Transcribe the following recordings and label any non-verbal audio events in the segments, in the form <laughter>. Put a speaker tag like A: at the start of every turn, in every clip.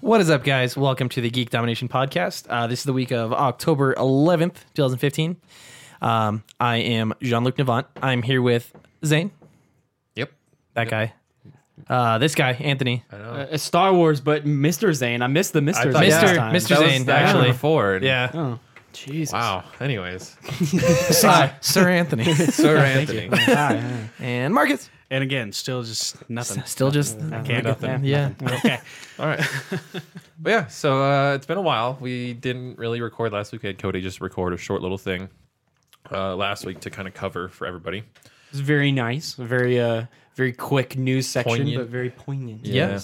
A: What is up, guys? Welcome to the Geek Domination Podcast. Uh, this is the week of October 11th, 2015. Um, I am Jean Luc Navant. I'm here with Zane,
B: Yep.
A: that guy, uh, this guy, Anthony,
B: <laughs>
C: Uh, it's Star Wars, but Mr. Zane. I missed the Mr.
B: thought-
C: this
B: Mr.
C: time.
A: Mr.
B: That
A: Zane,
B: was actually
A: actually.
B: before. and-
A: yeah,
C: Oh, Jesus.
B: Wow. Anyways,
A: uh, Sir Anthony,
B: <laughs> Sir Anthony.
A: and Marcus.
D: And again, still just
B: <laughs>
D: nothing.
A: Still just
D: Can't
B: nothing.
A: yeah.
D: Okay.
B: All right. but yeah, so uh, it's been a while. We didn't really record last week. We had Cody just record a short little thing uh, last week to kind of cover for everybody.
C: It's very nice. Very uh very quick news section,
B: Poignant.
C: but very poignant.
B: Yeah.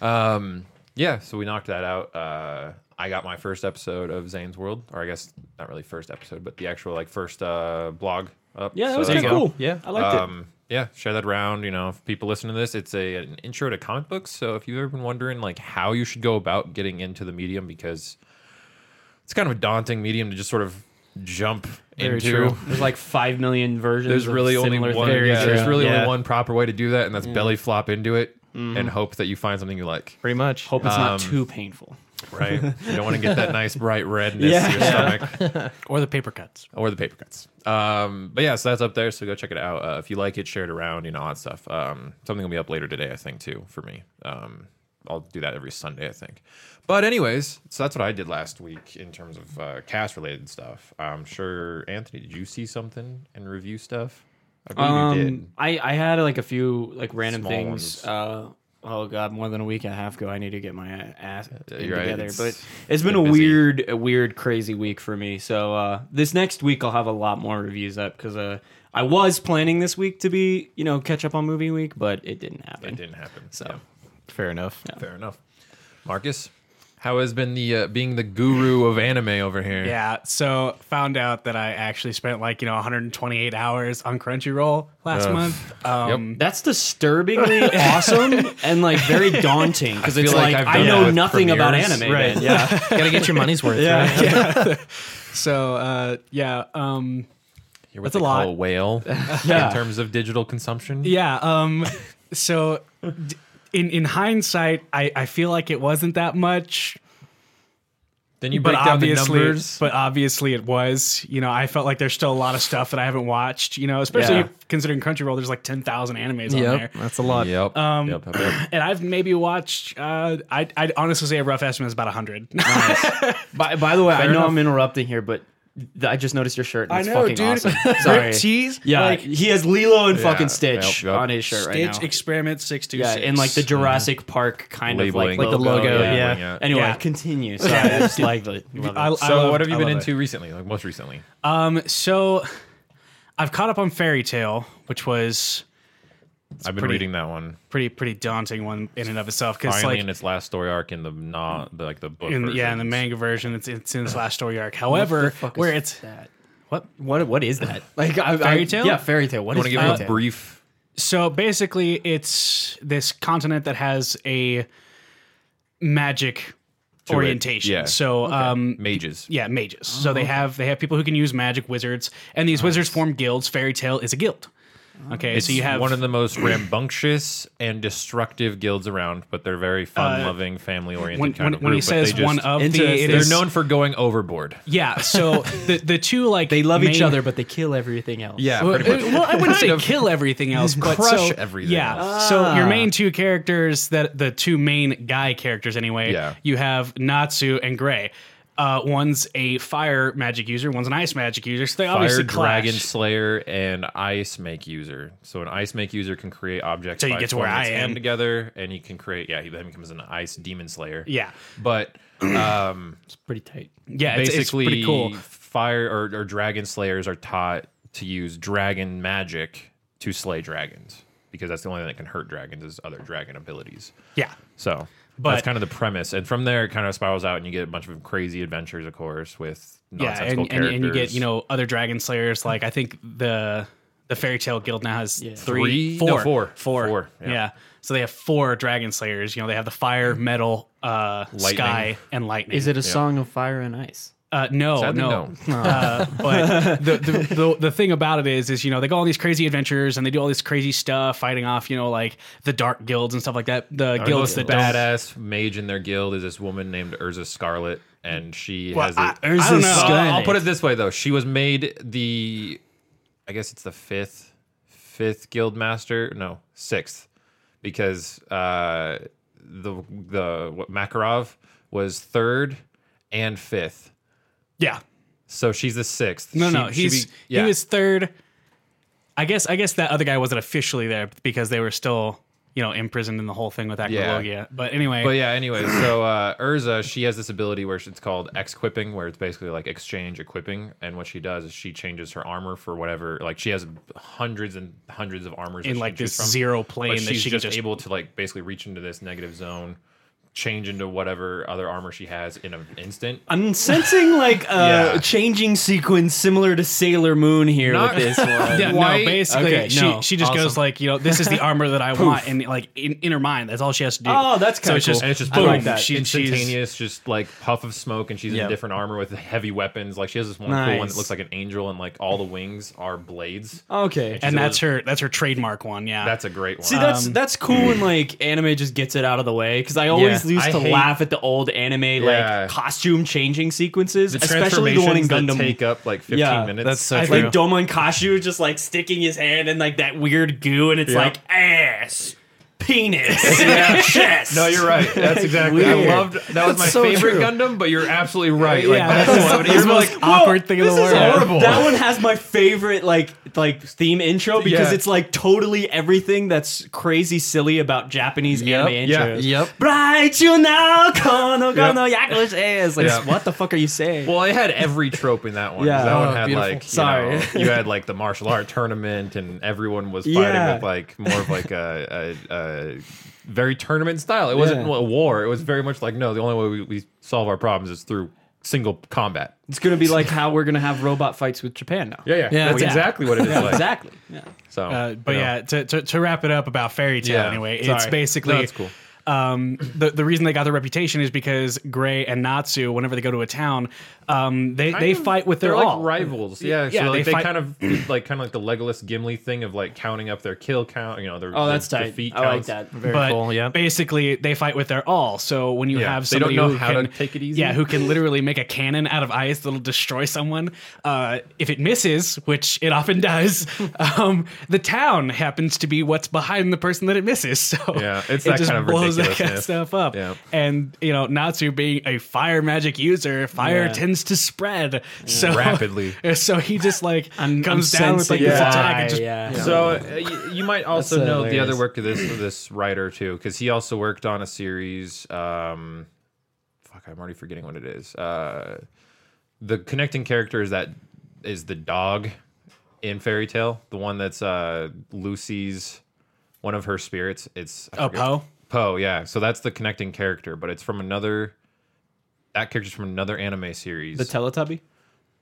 B: Um, yeah, so we knocked that out. Uh, I got my first episode of Zane's World, or I guess not really first episode, but the actual like first uh, blog up.
C: Yeah, that
B: So
C: was
B: there
C: kind of
B: you go.
C: cool.
A: Yeah.
C: I liked it.
B: um, yeah, share that around. You know, if people listen to this, it's a an intro to comic books. So if you've ever been wondering like how you should go about getting into the medium, because it's kind of a daunting medium to just sort of jump into.
C: There's like five million versions.
B: There's
C: of
B: really only
C: similar
B: one.
C: things.
B: yeah, there's really
A: Yeah.
B: only one proper way to do that, and that's belly flop into it and hope that you find something you like.
A: Pretty much.
C: Hope it's
B: Um,
C: not too painful.
B: Right? <laughs> you don't want to get that nice bright redness
C: Yeah.
B: to your stomach.
D: Or the paper cuts.
B: or the paper cuts. Um, but yeah, so that's up there. So go check it out. Uh, if you like it, share it around, you know, all that stuff. Um, something will be up later today, I think, too, for me. Um, I'll do that every Sunday, I think. But anyways, so that's what I did last week in terms of uh, cast related stuff. I'm sure Anthony, did you see something and review stuff? I believe you did.
C: Um, I I had like a few like random
B: Small
C: things.
B: ones.
C: Uh, oh god, more than a week and a half ago, I need to get my ass
B: Yeah,
C: in
B: you're right.
C: together.
B: It's
C: but it's been a
B: been busy.
C: weird, a weird, crazy week for me. So uh, this next week I'll have a lot more reviews up because uh, I was planning this week to be you know catch up on movie week, but it didn't happen.
B: It didn't happen.
C: So
A: Fair enough.
B: Yeah, fair enough. Marcus, how has been the uh, being the guru of anime over here?
D: Yeah. So found out that I actually spent like, you know, 128 hours on Crunchyroll last
B: Ugh.
D: month. Um,
C: that's disturbingly <laughs> awesome and like very daunting because it's
B: feel like
C: like,
B: I've
C: I
B: done that
C: know
B: with
C: nothing about
B: premieres.
C: anime.
A: Right.
C: man. Yeah.
A: Gotta get your money's worth. right?
D: So, uh, yeah. Um,
B: You're what
D: That's a
B: they call
D: lot.
B: a
D: <laughs>
B: whale
C: Yeah.
B: in terms of digital consumption.
D: yeah. Um, <laughs> so, d- in, in hindsight, I, I feel like it wasn't that much.
B: Then you
D: but
B: break down the
D: obviously,
B: numbers.
D: but obviously it was. You know, I felt like there's still a lot of stuff that I haven't watched. You know, especially
C: Yeah.
D: considering Crunchyroll, there's like ten thousand animes on there,
A: Yep. That's a lot.
B: Yep. yep, yep, yep.
D: and I've maybe watched. Uh, I'd, I'd honestly say a rough estimate is about hundred. <laughs>
C: By, by the way, I know
D: enough.
C: I'm interrupting here, but th- I just noticed your shirt. And it's
D: I know,
C: fucking
D: dude.
C: awesome.
D: <laughs>
C: Sorry.
D: Tease,
C: Yeah,
D: like,
C: he has Lilo and fucking Stitch
B: Yep, yep.
C: on his shirt
D: Stitch
C: right now.
D: Experiment Six Two
C: yeah,
D: Six,
C: and like the Jurassic Park kind
B: Labeling.
C: of like,
B: Like the
A: logo, yeah.
B: Yeah.
C: Anyway,
D: Yeah.
C: continue. Sorry, I just like the. love it.
D: I- I
B: So,
D: love-
B: <clears throat> what have you
D: I
B: been
D: love
B: into recently? Like most recently?
D: Um, so I've caught up on Fairy Tale, which was
B: I've been
D: pretty-
B: reading that one.
D: pretty pretty daunting one in and of itself because
B: Finally,
D: like
B: in its last story arc in the not the, like the book.
D: in, yeah in the
B: versions.
D: manga version it's it's in its last story arc. However,
C: fuck is
D: where it's
C: that?
D: what
C: What what is that? Like I,
D: Fairy
C: I-
D: Tail?
C: Yeah, fairy tale. What
B: You
C: is
B: want to give
C: fairy
B: a
C: tale?
B: brief?
D: So basically, it's this continent that has a magic
B: it,
D: orientation.
B: yeah.
D: So, um,
B: Mages.
D: yeah, mages. so they have they have people who can use magic, wizards, and these wizards form guilds. Fairy Tale is a guild. Okay,
B: It's
D: so you have
B: one of the most rambunctious and destructive guilds around, but they're very fun-loving, family-oriented
D: Uh, when,
B: kind
D: when,
B: of
D: when he
B: group, but
D: says
B: they just-
D: one of the,
C: Interesting.
D: it
B: they're
D: is
B: known for going overboard.
D: <laughs> yeah. So the
C: <laughs>
D: the two like
C: They love each
D: main-
C: other, but they kill everything else.
B: Yeah,
D: <laughs> Well,
B: pretty much.
D: well, I wouldn't say kill everything else, but
B: Crush
D: so-
B: everything
D: Yeah.
B: else.
D: So
C: Ah.
D: your main two characters, that the two main guy characters anyway,
B: Yeah.
D: you have Natsu and Gray. Uh, one's a fire magic user, one's an ice magic user, so they
B: Fire
D: obviously clash.
B: Dragon Slayer and Ice Make User. So an Ice Make User can create objects.
D: So you
B: by
D: get to where
B: forming its
D: I
B: hand
D: am.
B: together, and he can create. Yeah, he then becomes an Ice Demon Slayer.
D: Yeah,
B: but um,
C: it's pretty tight.
D: yeah, <clears throat> it's, it's
B: basically,
D: pretty cool.
B: fire or, or dragon slayers are taught to use dragon magic to slay dragons because that's the only thing that can hurt dragons is other dragon abilities.
D: Yeah,
B: So
D: But-
B: that's kind of the premise, and from there it kind of spirals out, and you get a bunch of adventures, adventures, of course, with
D: yeah,
B: nonsensical
D: and, and,
B: characters.
D: and you get you know other dragon slayers. Like I think the the fairy tale guild now has
B: Three? No,
D: three, four, four, four.
B: four. Four, yeah.
D: Yeah. so they have four dragon slayers. You know, they have the fire, metal, uh,
B: Lightning.
D: sky, and lightning.
C: Is it a song of fire and ice?
D: Uh, no,
B: Sadly,
D: no, Uh, but the, the, the the thing about it is, is you know they go on these crazy adventures and they do all this crazy stuff, fighting off you know like the dark guilds and stuff like that. The
B: Our
D: guilds
B: most
D: that don't-
B: badass mage in their guild is this woman named Urza Scarlet, and she has.
D: I-
B: a-
D: Urza
B: I don't know. I'll- I'll
C: Scarlet.
B: put it this way though: she was made the, I guess it's the fifth, fifth guild master. No, sixth, because uh, the the what, Makarov was third and fifth,
D: Yeah,
B: so she's the sixth.
D: no,
B: She-
D: no,
B: she
D: he's
B: be- yeah.
D: he was third. I guess I guess that other guy wasn't officially there because they were still you know imprisoned in the whole thing with Acrologia. But anyway,
B: But yeah, anyway, so uh, Urza, she has this ability where it's called equipping, where it's basically like exchange equipping. And what she does is she changes her armor for whatever. Like she has hundreds and hundreds of armors that
D: in
B: she
D: like
B: can
D: this
B: choose from.
D: zero plane
B: But
D: that
B: she's
D: she can
B: just,
D: just
B: able to like basically reach into this negative zone, change into whatever other armor she has in an instant.
C: I'm sensing like a
B: <laughs> Yeah.
C: changing sequence similar to Sailor Moon here
B: Not-
C: with
B: <laughs>
D: <laughs>
C: this one.
D: Yeah,
B: Why-
D: no, basically,
C: okay,
D: she,
C: no,
D: she just goes
B: awesome.
D: like, you know,
B: <laughs>
D: this is the armor that I want, and like in, in her mind, that's all she has to do.
C: Oh, that's
D: So
C: kinda
D: it's
C: cool.
D: just,
B: and it's just
C: I
B: boom,
C: like that.
D: She, she's,
B: instantaneous, just like puff of smoke, and she's
C: Yeah.
B: in different armor with heavy weapons. Like she has this one cool one
C: Nice.
B: that looks like an angel, and like all the wings are blades.
C: Okay.
D: and that's her that's her trademark one. Yeah,
B: That's a great one.
C: See that's that's cool when like anime just gets it out of the way because I always
B: Yeah.
C: used
B: I
C: to
B: hate-
C: laugh at the old anime
B: Yeah.
C: like costume changing sequences,
B: the
C: especially the one in
B: transformations that
C: Gundam.
B: take up like 15
C: Yeah,
B: minutes.
A: that's so
C: I
A: true.
C: like Domon Kashu just like sticking his hand in like that weird goo, and it's
B: Yeah.
C: like ass,
B: <laughs>
C: penis, chest.
B: no, you're right. That's exactly.
C: weird.
B: I loved that was my
A: so
B: favorite
A: true.
B: Gundam, but you're absolutely right. Like
D: yeah,
B: that's,
D: that's,
B: the one.
D: the, that's the
B: You're
D: most
B: <laughs> like,
D: awkward thing in the
B: this
D: world.
B: is horrible.
C: That one has my favorite like like theme intro because
B: Yeah.
C: it's like totally everything that's crazy silly about Japanese
A: Yep.
C: anime
B: Yeah.
C: intros.
A: Yep.
C: Bright you now, kono kono yakush is like
B: Yeah.
C: what the fuck are you saying?
B: well, it had every trope in that one. 'cause
C: Yeah.
B: that one
A: Oh,
B: had
A: beautiful.
B: like you
C: Sorry.
B: know, you had like the martial art tournament, and everyone was fighting
C: Yeah.
B: with like more of like a, a, a very tournament style. It wasn't
C: Yeah.
B: a war. It was very much like no. The only way we, we solve our problems is through single combat.
C: it's gonna be like how we're gonna have robot fights with Japan now.
B: Yeah, yeah,
A: Yeah.
B: That's
A: Yeah.
B: exactly what it is like.
C: exactly. Yeah.
B: So,
D: Uh, but
B: you know.
D: yeah, to, to, to wrap it up about fairy tale
B: Yeah.
D: anyway,
B: Sorry.
D: it's basically
B: No, that's cool.
D: Um, the the reason they got their reputation is because Gray and Natsu, whenever they go to a town, um, they
B: kind
D: they
B: of-
D: fight with their
B: they're like
D: all.
B: rivals. Yeah,
D: Yeah,
B: so
D: they
B: like they,
D: fight-
B: kind of <clears throat> like kind of like the Legolas Gimli thing of like counting up their kill count. You know, their
C: Oh,
B: their
C: that's tight.
B: Defeat
C: I like
B: counts.
C: that.
A: Very
D: but
A: cool. Yeah.
D: basically they fight with their all. So when you
B: Yeah,
D: have
B: they don't
D: somebody
B: know
D: who
B: how to
D: can
B: take it easy.
D: yeah,
B: <laughs>
D: who can literally make a cannon out of ice that'll destroy someone, uh, if it misses, which it often does, <laughs> um, the town happens to be what's behind the person that it misses. <laughs> So
B: Yeah, it's
D: it
B: that
D: just
B: kind of
D: blows that kind of
B: ridiculousness.
D: <laughs> stuff up.
B: Yeah.
D: And you know, Natsu being a fire magic user, fire
C: Yeah.
D: tends to spread so
B: Rapidly.
D: <laughs> So he just like
C: I'm-
D: comes
C: I'm
D: down with like
C: sensing
D: this
C: why,
D: attack and just
C: yeah.
B: So uh, you, you might also
C: That's
B: know the
C: hilarious.
B: other work of this this writer too, because he also worked on a series. Um, fuck, I'm already forgetting what it is. Uh, the connecting character is that is the dog in Fairy Tale, the one that's uh, Lucy's one of her spirits. It's I
D: Oh,
B: forget-
D: Poe?
B: Poe, yeah. So that's the connecting character, but it's from another. That character's from another anime series.
C: The Teletubby.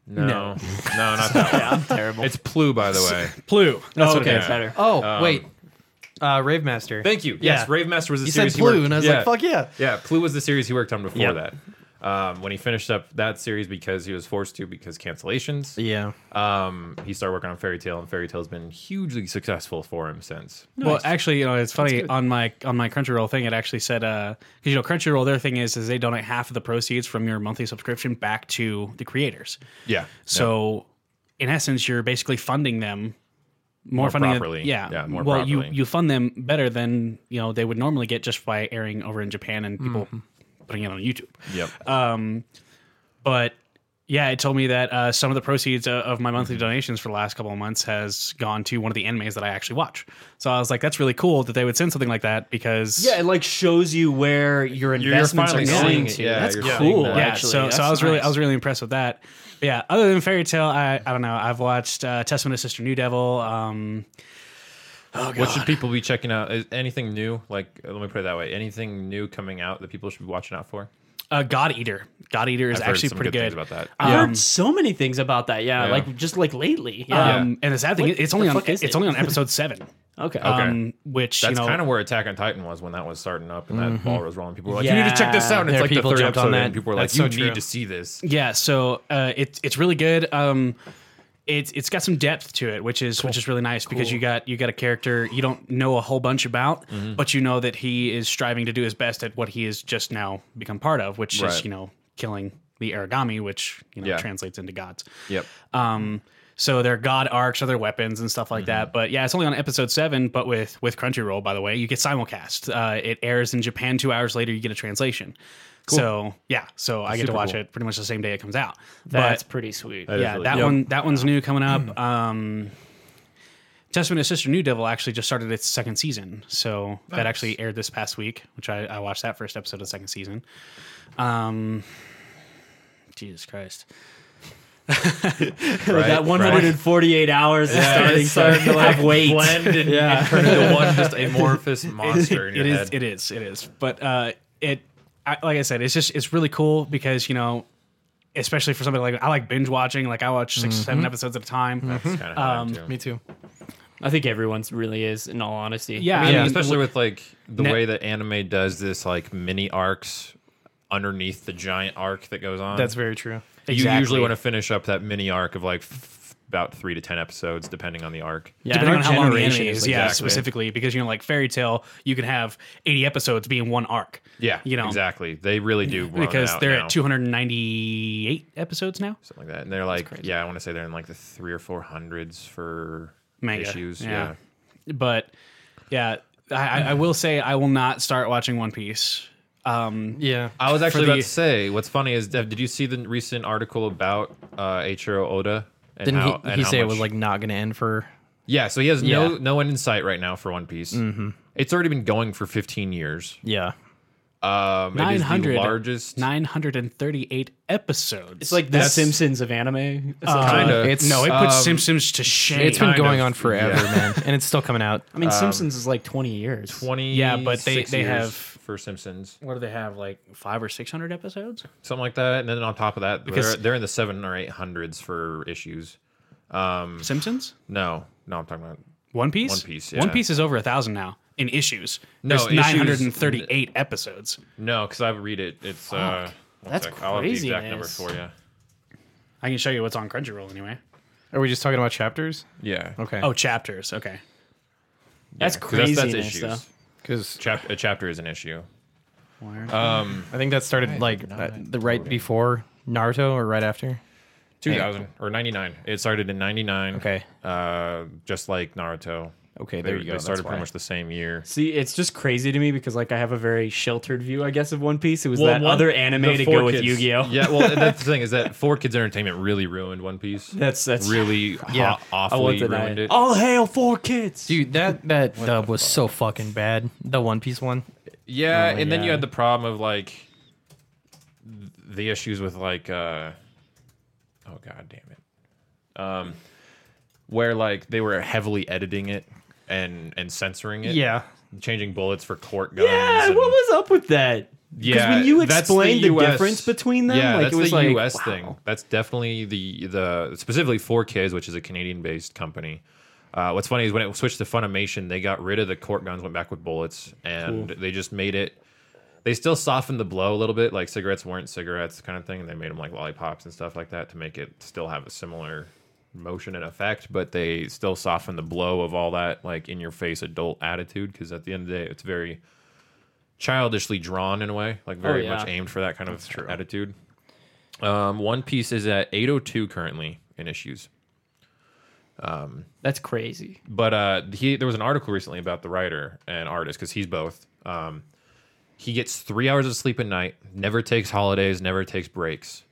B: no, no, not that one.
C: I'm <laughs> terrible.
B: It's Plu, by the way.
D: Plu. That's what it
C: okay,
D: is.
B: is.
C: better.
A: Oh
B: Um,
A: wait, uh, Rave Master.
B: Thank you.
A: Yeah.
B: Yes, Rave Master was the
A: you said
B: series he
A: blue,
B: worked.
A: and I was
B: yeah.
A: like, fuck yeah.
B: Yeah, Clue was the series he worked on before
A: Yeah.
B: that. Um, when he finished up that series because he was forced to because cancellations.
A: Yeah.
B: Um, he started working on Fairy Tale, and Fairy Tale's been hugely successful for him since.
D: Well, actually, you know, it's funny on my on my Crunchyroll thing. It actually said because you know Crunchyroll, their thing is is they donate half of the proceeds from your monthly subscription back to the creators.
B: Yeah.
D: So, in essence, you're basically funding them more,
B: More
D: funding them-
B: properly.
D: yeah,
B: Yeah, more
D: well, you
B: properly.
D: you fund them better than you know they would normally get just by airing over in Japan and people putting it on YouTube.
B: Yep.
A: oh,
D: But yeah, it told me that uh, some of the proceeds of, of my
C: Mm-hmm.
D: monthly donations for the last couple of months has gone to one of the animes that I actually watch. So I was like, that's really cool that they would send something like that because
C: Yeah, it like shows you where your
B: you're
C: investments
B: finally
C: are
B: seeing
C: going
B: it.
C: to.
B: Yeah,
C: that's
B: you're seeing
C: cool.
B: that.
D: yeah,
C: actually.
D: so
C: That's
D: so I was really I
C: nice.
D: was really impressed with that. But yeah, other than Fairy Tale, I I don't know. I've watched uh, Testament of Sister New Devil. Um,
B: what should people be checking out? Is anything new? Like, uh, let me put it that way. Anything new coming out that people should be watching out for?
D: uh, God Eater. God Eater is
B: I've heard
D: actually
B: some
D: pretty
B: good
D: good.
B: things about that.
A: Um,
C: I heard so many things about that. Yeah,
B: Yeah.
C: like just like lately. Yeah.
D: Um, And the sad thing,
C: What
D: is it's only
C: the
D: on
C: fuck is <laughs>
D: it's
C: it?
D: only on episode seven.
C: Okay.
B: Uh,
D: um, which
B: That's
D: you know
B: kind of where Attack on Titan was when that was starting up and that ball was rolling. People were like, "You need to
A: Mm-hmm. Yeah.
B: check this out." And it's
A: There,
B: like the
A: people
B: third
A: jumped on
B: episode,
A: that.
B: and people were
D: That's
B: like,
D: so
B: "You
D: true.
B: need to see this."
D: Yeah, so uh, it's it's really good. Um, it's it's got some depth to it, which is which is really nice because you got you got a character you don't know a whole bunch about,
B: Mm-hmm.
D: but you know that he is striving to do his best at what he has just now become part of, which
B: Right.
D: is you know killing the origami, which you know
B: Yeah.
D: translates into gods.
B: Yep.
D: Um, so their god arcs are their weapons and stuff like that.
B: Mm-hmm.
D: But yeah, it's only on episode seven. But with with Crunchyroll, by the way, you get simulcast. Uh, it airs in Japan two hours later. You get a translation. So yeah, so I get to
B: Super
D: watch
B: cool.
D: it pretty much the same day it comes out.
C: That's
D: but
C: pretty sweet.
B: is
D: yeah,
B: really
D: that
B: cool.
D: one that one's new
B: <clears throat>
D: coming up. Um, Testament of Sister New Devil actually just started its second season, so that actually aired this past week, which I, I watched that first episode of the second season. Um, Jesus Christ.
B: Right,
C: that
B: right.
D: <laughs>
C: 148 hours is starting,
B: it's starting
C: to have weight.
B: blend and,
C: Yeah.
B: and turn into one
D: <laughs>
B: just amorphous monster in your
D: It is.
B: head.
D: It is. It is. But uh, it, I, like I said, it's just it's really cool because you know, especially for somebody like I like binge watching. Like I watch 6
B: Mm-hmm.
D: seven episodes at a time.
B: It's kind of um,
A: Me too.
C: I think everyone's really is, in all honesty.
D: Yeah,
B: I
D: I
B: mean,
D: mean,
B: especially with like the
D: Net-
B: way that anime does this, like mini arcs underneath the giant arc that goes on.
A: That's very true.
B: you
D: Exactly.
B: usually want to finish up that mini arc of like f- about three to ten episodes, depending on the arc.
C: Yeah,
D: Depending on
C: and our
D: how long the anime
C: generation
D: is,
C: like
D: yeah,
C: that.
D: specifically because you know, like Fairy Tale, you can have eighty episodes being one arc.
B: Yeah,
D: you know
B: exactly. They really do run it
D: because
B: out
D: they're
B: now.
D: at two hundred ninety eight episodes now.
B: something like that. And they're like, yeah, I want to say they're in like the three or four hundreds for
D: Manga,
B: issues.
D: yeah.
B: Yeah.
D: But yeah, I, I, I will say I will not start watching One Piece. Um,
A: Yeah.
B: I was actually about
D: the-
B: to say, what's funny is, Dev, did you see the recent article about uh, Eiichiro Oda? And
A: Didn't
B: how,
A: he,
B: and
A: he
B: how
A: say it
B: much-
A: was like not gonna end for?
B: Yeah, so he has no
A: Yeah.
B: no end in sight right now for One Piece. Mm-hmm. It's already been going for 15 years.
A: Yeah.
B: Um, it is the
D: 900
B: largest.
D: nine hundred and thirty eight episodes.
C: It's like the Simpsons of anime. It's like-
B: Kinda.
A: Uh, It's
D: No, it puts
B: Um,
D: Simpsons to shame.
A: It's been
B: kind
A: going
B: of,
A: on forever,
B: yeah.
A: man, and it's still coming out.
C: I
B: Um,
C: mean, Simpsons is like 20 years.
B: 20
D: Yeah, but they- they have-
B: for Simpsons
D: what do they have? Like five or six hundred episodes?
B: something like that, and then on top of that,
D: Because-
B: they're, they're in the seven or eight hundreds for issues.
D: Simpsons?
B: No, no, I'm talking about
D: One Piece?
B: One Piece,
D: One
B: yeah.
D: Piece is over a thousand now in issues.
B: No,
D: There's
B: issues-
D: nine hundred and thirty eight episodes.
B: no because I read it. It's uh, one
C: That's
B: I'll have the exact number
C: craziness.
B: for you.
D: I can show you what's on Crunchyroll anyway.
A: Are we just talking about chapters?
B: Yeah,
A: Okay.
D: Oh, chapters. Okay.
C: That's
B: 'Cause that's,
C: crazy.
B: that's issues.
A: because
B: Chap- a chapter is an issue.
A: I think that started like uh, the right before Naruto or right after.
B: 2000 or 99. It started in 99.
A: Okay.
B: Uh, just like Naruto.
A: Okay,
B: They,
A: there you go.
B: they
A: that's
B: started pretty
A: why.
B: much the same year.
C: See, it's just crazy to me because like I have a very sheltered view, I guess, of One Piece. It was that
B: one-
C: other anime
B: the
C: to
B: Four
C: go with
B: Kids-
C: Yu-Gi-Oh.
B: Yeah, well, and that's the thing is
C: <laughs>
B: that Four Kids Entertainment really ruined One Piece.
C: That's that's <laughs>
B: really yeah.
A: Yeah.
C: I won't
B: awfully
C: deny
B: ruined
C: it.
B: it.
C: Oh, All hail four kids.
A: Dude, that that dub was so fucking bad. The One Piece one.
B: Yeah, and then you
C: oh God.
B: had the problem of like th- the issues with like uh oh god damn it. Um where like they were heavily editing it and and censoring it. Changing bullets for court guns.
C: yeah,
B: and-
C: what was up with that?
B: Yeah,
C: when you
B: that's
C: explained the,
B: US
C: difference between them,
B: yeah,
C: like
B: that's
C: it was
B: the
C: like
B: U.S.
C: wow.
B: thing. That's definitely the the specifically for kids, which is a Canadian-based company. Uh, what's funny is when it switched to Funimation, they got rid of the court guns, went back with bullets, and they just made it. They still softened the blow a little bit, like cigarettes weren't cigarettes kind of thing. and They made them like lollipops and stuff like that to make it still have a similar motion and effect, but they still softened the blow of all that like in your face adult attitude because at the end of the day, it's very childishly drawn in a way, like very
C: yeah.
B: much aimed for that kind of attitude. Um, One Piece is at 802 currently in issues.
C: That's crazy.
B: But uh, he there was an article recently about the writer and artist because he's both. Um, he gets three hours of sleep a night, never takes holidays, never takes breaks.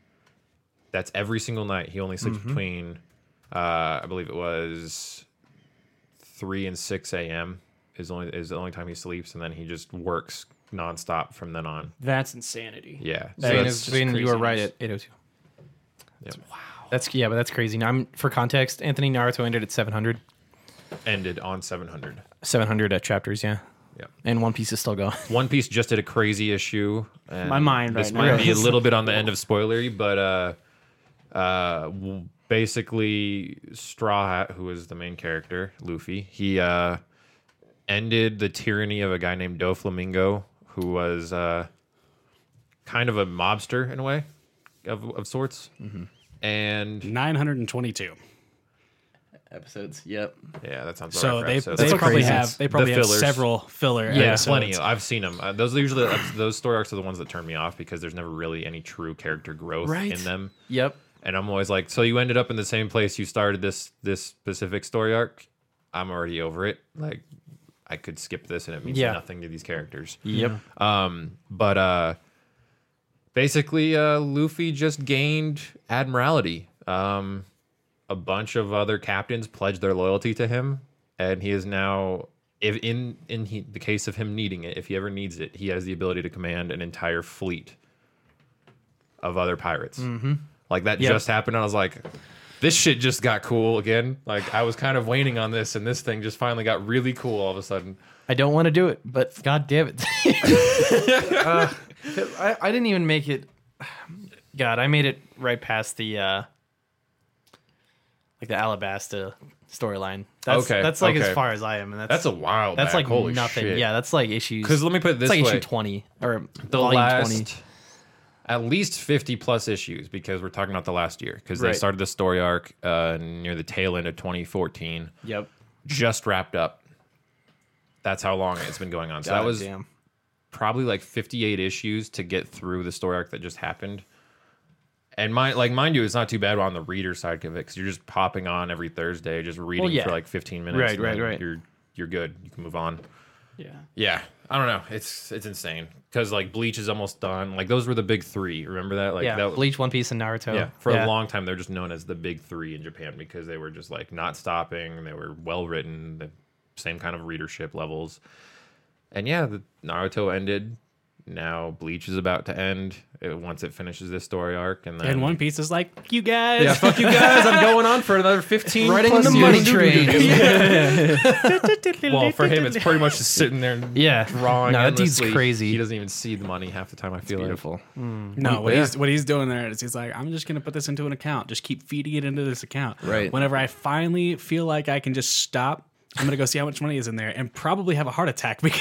B: That's every single night. He only sleeps between, uh, I believe it was three and six a.m. is only is the only time he sleeps, and then he just works nonstop from then on.
C: That's insanity.
B: Yeah, so
A: Zane,
B: it's-
A: is, Zane you were right
C: craziness.
A: at 802. Wow. That's yeah, but that's crazy. Now, I'm for context. Anthony Naruto ended at 700.
B: ended on seven hundred.
A: 700 at chapters, yeah.
B: Yeah.
A: And One Piece is still going.
B: One Piece just did a crazy issue. and
C: My mind
B: This
C: right
B: might
C: now
B: be a
C: is-
B: little bit on the
C: <laughs>
B: end of spoilery, but uh, uh, w- basically Straw Hat, who is the main character, Luffy, he uh, ended the tyranny of a guy named Doflamingo, who was uh, kind of a mobster in a way, of, of sorts. And
D: 922.
A: Episodes. Yep.
B: yeah, that sounds. about
D: So
B: right for
D: they,
B: episodes.
D: they
B: That's
D: probably
B: crazy.
D: have they probably
B: The
D: have
B: fillers.
D: several filler.
B: Yeah,
D: episodes.
B: plenty. I've seen them. Uh, those are usually those story arcs are the ones that turn me off because there's never really any true character growth
A: Right.
B: in them.
A: Yep.
B: and I'm always like, so you ended up in the same place you started this this specific story arc. I'm already over it. Like, I could skip this, and it means
A: Yeah.
B: nothing to these characters.
A: Yep.
B: Um, but uh, basically, uh, Luffy just gained admiralty. Um, a bunch of other captains pledged their loyalty to him, and he is now, if in in he, the case of him needing it, if he ever needs it, he has the ability to command an entire fleet of other pirates. Mm-hmm. Like that
A: Yep.
B: just happened. I was like. This shit just got cool again. Like I was kind of waning on this, and this thing just finally got really cool all of a sudden.
A: I don't want to do it, but god damn it. <laughs> Uh, I, I didn't even make it. God, I made it right past the uh like the Alabasta storyline. That's,
B: Okay,
A: That's like
B: okay.
A: as far as I am, and that's
B: That's a wild.
A: that's like
B: holy
A: nothing.
B: Shit.
A: Yeah, that's like issues.
B: Because let me put it
A: it's
B: this
A: like
B: way:
A: issue twenty or
B: the
A: volume
B: last,
A: twenty.
B: at least fifty plus issues, because we're talking about the last year, because they
A: Right.
B: started the story arc uh, near the tail end of 2014,
A: Yep.
B: just wrapped up. That's how long it's been going on. So that was
A: damn.
B: probably like 58 issues to get through the story arc that just happened. And mind, like mind you, it's not too bad on the reader side of it because you're just popping on every Thursday, just reading
A: yeah.
B: for like 15 minutes.
A: Right,
B: and
A: right,
B: then
A: right.
B: You're you're good. You can move on.
C: Yeah.
B: Yeah, I don't know. It's it's insane because like Bleach is almost done. Like those were the big three. Remember that? Like
A: yeah,
B: that.
A: Bleach, One Piece, and Naruto.
B: Yeah, for a long time they're just known as the big three in Japan because they were just like not stopping. They were well written, the same kind of readership levels. And yeah, the Naruto ended. Now Bleach is about to end. It, once it finishes this story arc, and then
D: And One Piece is like, you guys.
B: Yeah,
D: <laughs>
B: fuck you guys. I'm going on for another 15
A: Riding
B: plus
A: the
B: <laughs> years.
A: money train.
B: Well, for him, it's pretty much just sitting there and
A: yeah,
B: drawing.
A: No, that dude's
B: endlessly.
A: crazy.
B: He doesn't even see the money half the time. I feel like.
A: beautiful.
D: No, what
B: Yeah.
D: he's what he's doing there is he's like, I'm just gonna put this into an account. Just keep feeding it into this account.
A: Right.
D: Whenever I finally feel like I can just stop, I'm gonna go see how much money is in there and probably have a heart attack <laughs> because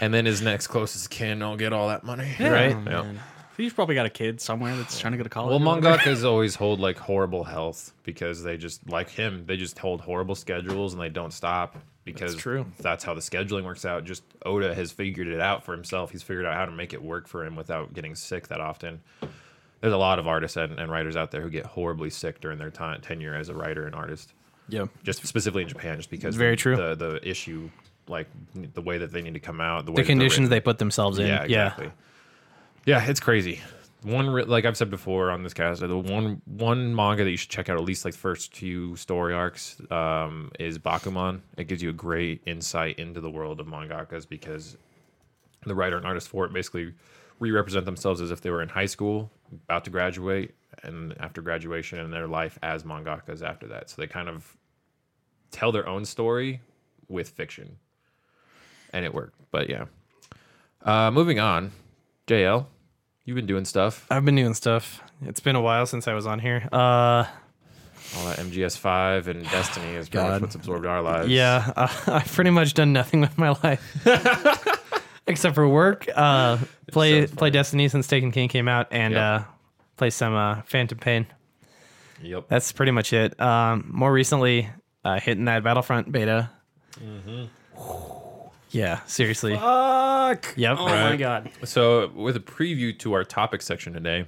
B: and then his next closest kin will get all that money,
A: Right?
B: Yeah.
D: he's probably got a kid somewhere that's trying to go to college.
B: Well,
D: or whatever.
B: mangakas always hold like horrible health because they just like him. They just hold horrible schedules and they don't stop because
A: That's true.
B: that's how the scheduling works out. Just Oda has figured it out for himself. He's figured out how to make it work for him without getting sick that often. There's a lot of artists and, and writers out there who get horribly sick during their time, tenure as a writer and artist
A: Yeah.
B: just specifically in Japan, just because
A: Very true.
B: The the issue, like the way that they need to come out, the way
A: The
B: that they're
A: conditions
B: written.
A: they put themselves in.
B: yeah,
A: Yeah.
B: exactly. Yeah, it's crazy. One re- like I've said before on this cast, the one one manga that you should check out at least like the first few story arcs um, is Bakuman. It gives you a great insight into the world of mangakas because the writer and artist for it basically re-represent themselves as if they were in high school, about to graduate, and after graduation, and their life as mangakas after that. So they kind of tell their own story with fiction, and it worked. But yeah, uh, moving on, JL, you've been doing stuff.
A: I've been doing stuff. It's been a while since I was on here. Uh,
B: All that MGS five
A: <sighs>
B: and Destiny is pretty much
A: God.
B: what's absorbed our lives.
A: yeah, <laughs> uh, I've pretty much done nothing with my life
C: <laughs>
A: except for work. Uh, play
B: sounds
A: play Destiny since Taken King came out, and
B: Yep.
A: uh, play some uh, Phantom Pain.
B: Yep.
A: That's pretty much it. Um, more recently, uh, hitting that Battlefront beta. Yeah, seriously.
C: Mm-hmm. Fuck.
A: Yep.
C: Oh my
B: Right.
C: god.
B: So, with a preview to our topic section today,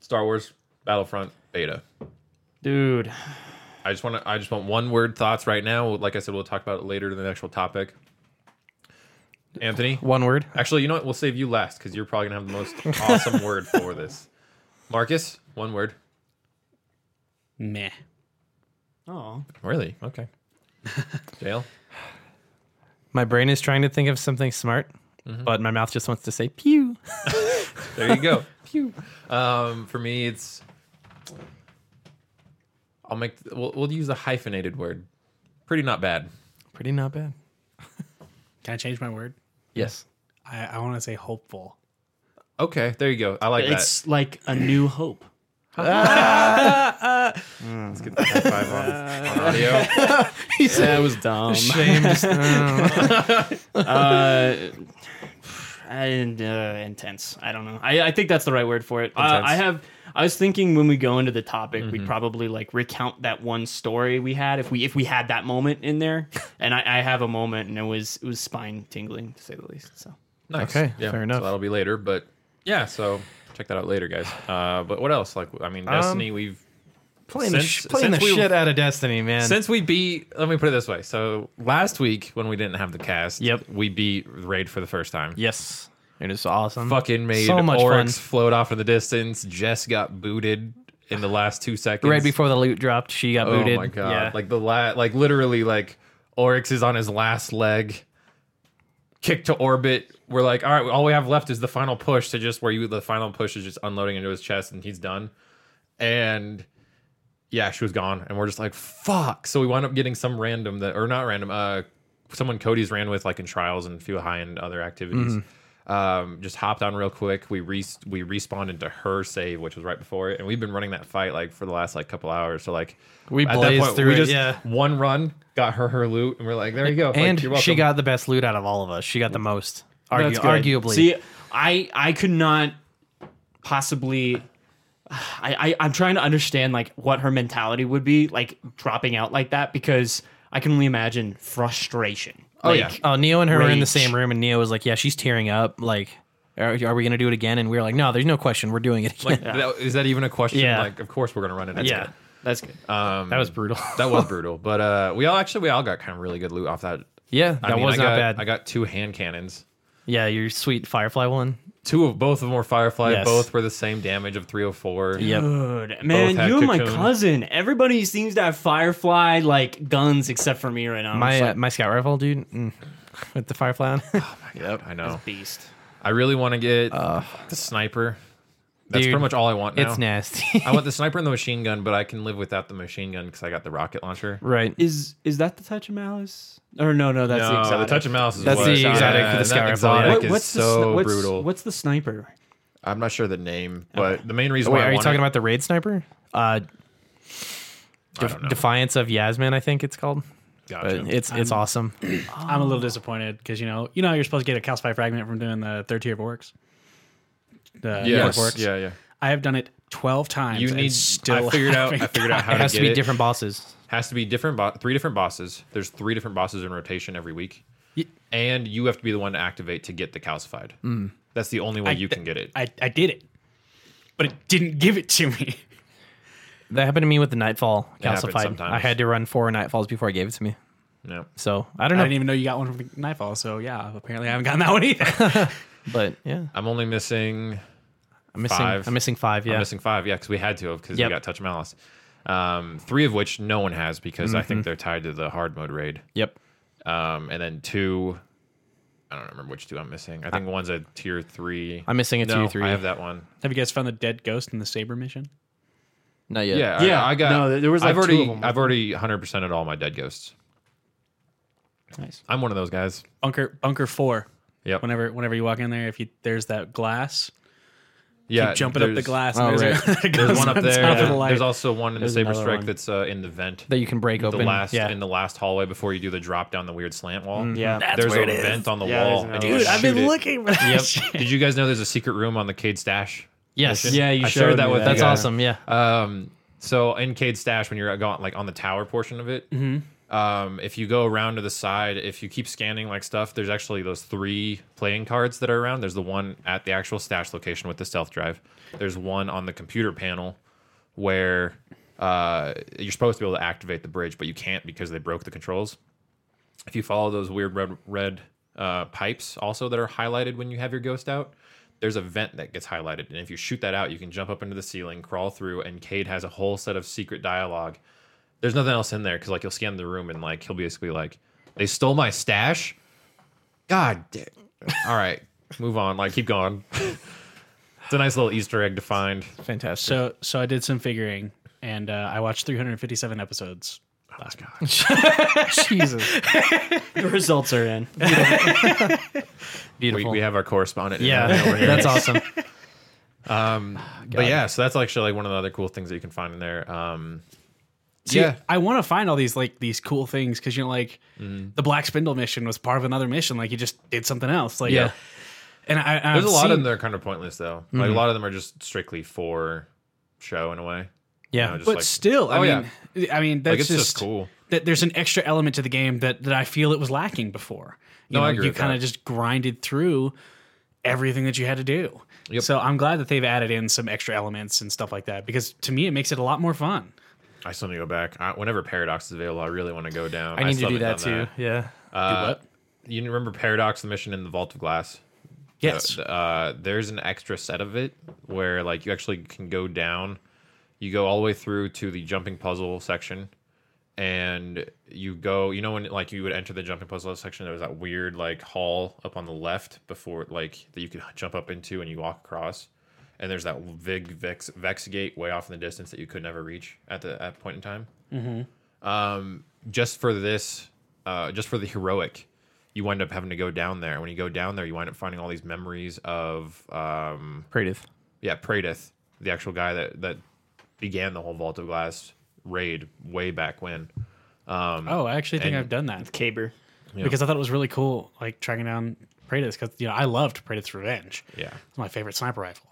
B: Star Wars Battlefront beta.
C: Dude.
B: I just want to. I just want one word thoughts right now. Like I said, we'll talk about it later in the actual topic. Anthony,
A: One word.
B: actually, you know what? We'll save you last because you're probably gonna have the
A: <laughs>
B: most awesome word for this. Marcus, one word.
D: meh.
C: Oh.
B: Really? Okay.
A: <laughs>
B: Jail.
A: My brain is trying to think of something smart,
C: Mm-hmm.
A: but my mouth just wants to say pew. <laughs>
B: There you go. Um, for me, it's. I'll make. We'll, we'll use a hyphenated word. Pretty not bad.
A: Pretty not bad.
D: Can I change my word?
A: Yes.
D: I, I wanna say hopeful.
B: Okay, there you go. I like
C: It's like a new hope.
B: that. Let's get the high five on, on audio.
A: <laughs>
C: that was <laughs> dumb.
A: Shame.
B: <laughs>
C: <laughs> uh, <sighs> and uh, intense. I don't know. I, I think that's the right word for it. Uh,
B: Intense. Mm-hmm.
C: I have. I was thinking when we go into the topic, we probably like recount that one story we had if we if we had that moment in
B: <laughs>
C: there. and I, I have a moment, and it was it was spine tingling to say the least. So
B: Nice.
A: Okay, fair enough.
B: So that'll be later, but yeah, so check that out later, guys. Uh, but what else? Like, I mean,
A: Um,
B: Destiny. we've
A: playing the,
B: Since-
A: sh- playing
B: since
A: the
B: we-
A: shit out of Destiny, man.
B: since we beat. Let me put it this way. So last week when we didn't have the cast,
A: Yep.
B: we beat Raid for the first time.
A: yes, it is awesome.
B: Fucking made
A: so much
B: Oryx
A: fun.
B: float off in the distance. Jess got booted in the last two seconds.
A: Right before the loot dropped, she got
B: Oh
A: booted.
B: my god!
A: Yeah.
B: Like the la- like literally like Oryx is on his last leg, kick to orbit. We're like, all right, all we have left is the final push to just where you the final push is just unloading into his chest and he's done. And yeah, she was gone, and we're just like, fuck. So we wound up getting some random that or not random, uh, someone Cody's ran with like in trials and a few high end other activities.
A: Mm-hmm.
B: Um, just hopped on real quick. We re- we respawned into her save, which was right before it, and we've been running that fight like for the last like couple hours. So like
A: We
B: at that
A: blazed
B: point,
A: through
B: we
A: it,
B: just
A: yeah.
B: one run got her her loot, and we're like, there you go. Like,
A: and
B: you're welcome.
A: she got the best loot out of all of us. She got the most, argu-
C: That's good.
A: arguably.
C: See, I I could not possibly. I, I I'm trying to understand like what her mentality would be like dropping out like that because I can only imagine frustration.
B: oh yeah,
A: oh, Neo and her were in the
C: Rage.
A: same room, and Neo was like, "Yeah, she's tearing up. Like, are, are we gonna do it again?" And we were like, "No, there's no question. We're doing it <laughs> again."
B: Like, that- is that even a question?
A: Yeah.
B: Like, of course we're gonna run into
A: yeah,
B: it. Um,
C: That's good. Uh,
A: that was brutal.
B: <laughs> That was brutal, but uh, we all actually we all got kind of really good loot off that.
A: <laughs> yeah, that
B: I mean,
A: was
B: I
A: not
B: got,
A: bad.
B: I got two hand cannons.
A: yeah, your sweet Firefly one.
B: Two of both of them were Firefly.
A: Yes.
B: Both were the same damage of 304.
A: Yep.
C: Dude, man,
B: had
C: you and my
B: cocoon.
C: cousin. Everybody seems to have firefly like guns except for me right now. I'm
A: My
C: just
A: uh, my scout rifle, dude, mm, <laughs> with the Firefly on.
B: Yep. <laughs> I know.
C: like, beast.
B: I really want to get the sniper. That's
A: Uh, Dude,
B: pretty much all I want now.
A: it's nasty. <laughs>
B: I want the sniper and the machine gun, but I can live without the machine gun because I got the rocket launcher.
A: right.
C: Is is that the touch of malice? Or no, no, that's the
B: No,
C: exotic.
B: the touch of mouse is
A: That's
B: what-
A: the
B: yeah,
A: exotic for the
B: that
A: Skyrim,
B: exotic
A: yeah.
C: What-
B: is
C: what's the
B: so
C: sni- what's,
B: brutal.
C: What's the sniper?
B: I'm not sure the name, but the main reason
A: Oh, Wait,
B: why I
A: are you
B: want
A: talking
B: it-
A: about the raid sniper? Uh, Def- Defiance of Yasmin, I think it's called. But
B: Gotcha.
A: it's it's awesome.
D: I'm a little disappointed because you know you know how you're supposed to get a calcify fragment from doing the third tier of orcs. The
B: Yes.
D: orc works.
B: Yeah, yeah.
D: I have done it twelve times.
B: You
D: and
B: need.
D: still.
B: I figured out. I
D: <laughs> haven't
A: <laughs>
B: figured out how
A: It
B: to
A: has
B: get
A: to be
B: it.
A: different bosses.
B: Has to be different. Bo- three different bosses. There's three different bosses in rotation every week, and you have to be the one to activate to get the calcified.
A: Mm.
B: That's the only way you can get it.
D: I, I did it, but it didn't give it to me.
A: That happened to me with the Nightfall
B: happens
A: calcified.
B: sometimes.
A: I had to run four Nightfalls before I gave it to me.
B: no.
A: So I don't
D: I
A: know,
D: didn't even know you got one from the Nightfall. So yeah, apparently I haven't gotten that
A: <laughs>
D: one either.
A: but yeah,
B: I'm only missing.
A: I'm missing. i
B: Five.
A: I'm missing five. Yeah,
B: I'm missing five. Yeah, because we had to have because
A: Yep.
B: we got touch of malice. Um, three of which no one has because I
A: Mm-hmm.
B: think they're tied to the hard mode raid.
A: yep.
B: Um, and then two. I don't remember which two I'm missing. I think one's a tier three.
A: I'm missing a
B: no,
A: tier three.
B: I have that one.
D: have you guys found the dead ghost in the Saber mission?
A: Not yet.
B: Yeah,
C: Yeah,
B: I, I got.
C: no, there was, like,
B: I've
C: two
B: already,
C: of 'em.
B: I've already 100 percented all my dead ghosts.
C: Nice.
B: I'm one of those guys.
D: Bunker Bunker Four.
B: Yep.
D: Whenever whenever you walk in there, if you there's that glass,
B: yeah,
D: keep jumping up the
B: there's-
D: glass.
A: Oh,
D: and there's, <laughs>
A: right.
D: a,
B: <laughs> There's one up there.
D: Top of the light. <laughs>
B: There's also one in
C: There's
B: the saber
C: another
B: strike
C: one.
B: that's uh, in the vent.
A: that you can break
B: the
A: open.
B: last
A: yeah.
B: in the last hallway before you do the drop down the weird slant wall.
C: Yeah. That's
B: there's
A: where
B: a
A: it is.
B: vent on the
C: Yeah,
B: wall.
C: there's
B: and
C: another
B: you
D: Dude, I've been
B: shoot it.
D: looking for that. shit.
B: Did you guys know there's a secret room on the Cade Stash?
A: yes.
C: Yeah, you
B: I
C: showed
B: shared that
C: me
B: with
C: that.
B: you
A: That's
B: guys.
A: awesome. Yeah. <laughs>
B: Um, so in Cade Stash, when you're gone, like on the tower portion of it, um, if you go around to the side, if you keep scanning like stuff, there's actually those three playing cards that are around. There's the one at the actual stash location with the stealth drive. There's one on the computer panel where uh, you're supposed to be able to activate the bridge, but you can't because they broke the controls. If you follow those weird red red uh, pipes, also that are highlighted when you have your ghost out, there's a vent that gets highlighted, and if you shoot that out, you can jump up into the ceiling, crawl through, and Cade has a whole set of secret dialogue. There's nothing else in there because like you'll scan the room and like he'll basically like, "They stole my stash." God, da- all right, move on. Like keep going. <laughs> it's a nice little Easter egg to find.
A: Fantastic.
D: So so I did some figuring and uh, I watched 357 episodes. Last
B: Oh,
D: God.
B: <laughs>
A: Jesus.
C: The results are <laughs> in.
B: We,
A: Beautiful.
B: we have our correspondent. in
A: yeah. <laughs>
B: Atlanta over here.
A: That's awesome.
B: Um, but yeah, so that's actually like one of the other cool things that you can find in there. Um,
D: See,
B: yeah,
D: I want to find all these like these cool things because you know, like
B: Mm-hmm.
D: the Black Spindle mission was part of another mission. Like you just did something else. Like
B: Yeah.
D: and I and
B: there's
D: I've
B: a lot
D: seen,
B: of them that are kind of pointless though.
A: Mm-hmm.
B: Like a lot of them are just strictly for show in a way.
D: Yeah,
B: know, just
D: but
B: like-
D: still, I
B: Oh,
D: mean, I mean that's
B: Like it's just,
D: just
B: cool.
D: that there's an extra element to the game that that I feel it was lacking before. You
B: No,
D: know,
B: I agree
D: you
B: with
D: kind
B: that.
D: of just grinded through everything that you had to do.
B: Yep.
D: So I'm glad that they've added in some extra elements and stuff like that because to me it makes it a lot more fun.
B: I still need to go back. I, whenever Paradox is available, I really want to go down.
A: I need
B: still
A: to do that
B: haven't done
A: too. Yeah.
B: Uh, You remember Paradox, the mission in the Vault of Glass?
D: Yes.
B: Uh, uh, there's an extra set of it where like you actually can go down. You go all the way through to the jumping puzzle section, and you go. You know when like you would enter the jumping puzzle section, there was that weird like hall up on the left before like that you could jump up into and you walk across. And there's that big vex, vex gate way off in the distance that you could never reach at the at point in time um, just for this, uh, just for the heroic, you wind up having to go down there. And when you go down there, you wind up finding all these memories of, um,
A: Creative.
B: yeah, Pradith, the actual guy that, that began the whole Vault of Glass raid way back when.
D: oh, I actually think
B: and-
D: I've done that
C: Caber.
D: because I thought it was really cool, like tracking down Praetus because you know I loved Praetus Revenge.
B: Yeah.
D: It's my favorite sniper rifle.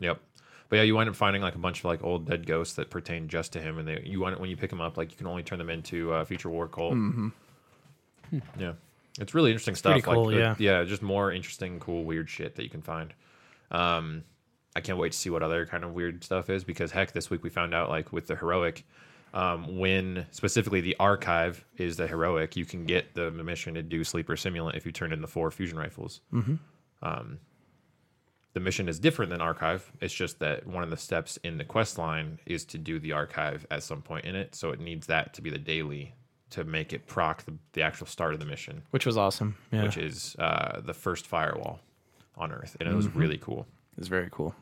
B: Yep. But yeah, you wind up finding like a bunch of like old dead ghosts that pertain just to him, and they you wind up, when you pick them up, like you can only turn them into uh, future war coal. Mm-hmm. Yeah, it's really interesting stuff.
D: Hmm. pretty cool,
B: like, uh,
D: yeah.
B: yeah, just more interesting, cool, weird shit that you can find. Um, I can't wait to see what other kind of weird stuff is because heck, this week we found out like with the heroic, um, when specifically the archive is the heroic, you can get the mission to do sleeper simulant if you turn in the four fusion rifles the mission is different than archive. It's just that one of the steps in the quest line is to do the archive at some point in it. So it needs that to be the daily to make it proc the, the actual start of the mission,
A: Which was awesome. Yeah.
B: which is uh, the first firewall on Earth. And it was really cool.
A: It's very cool.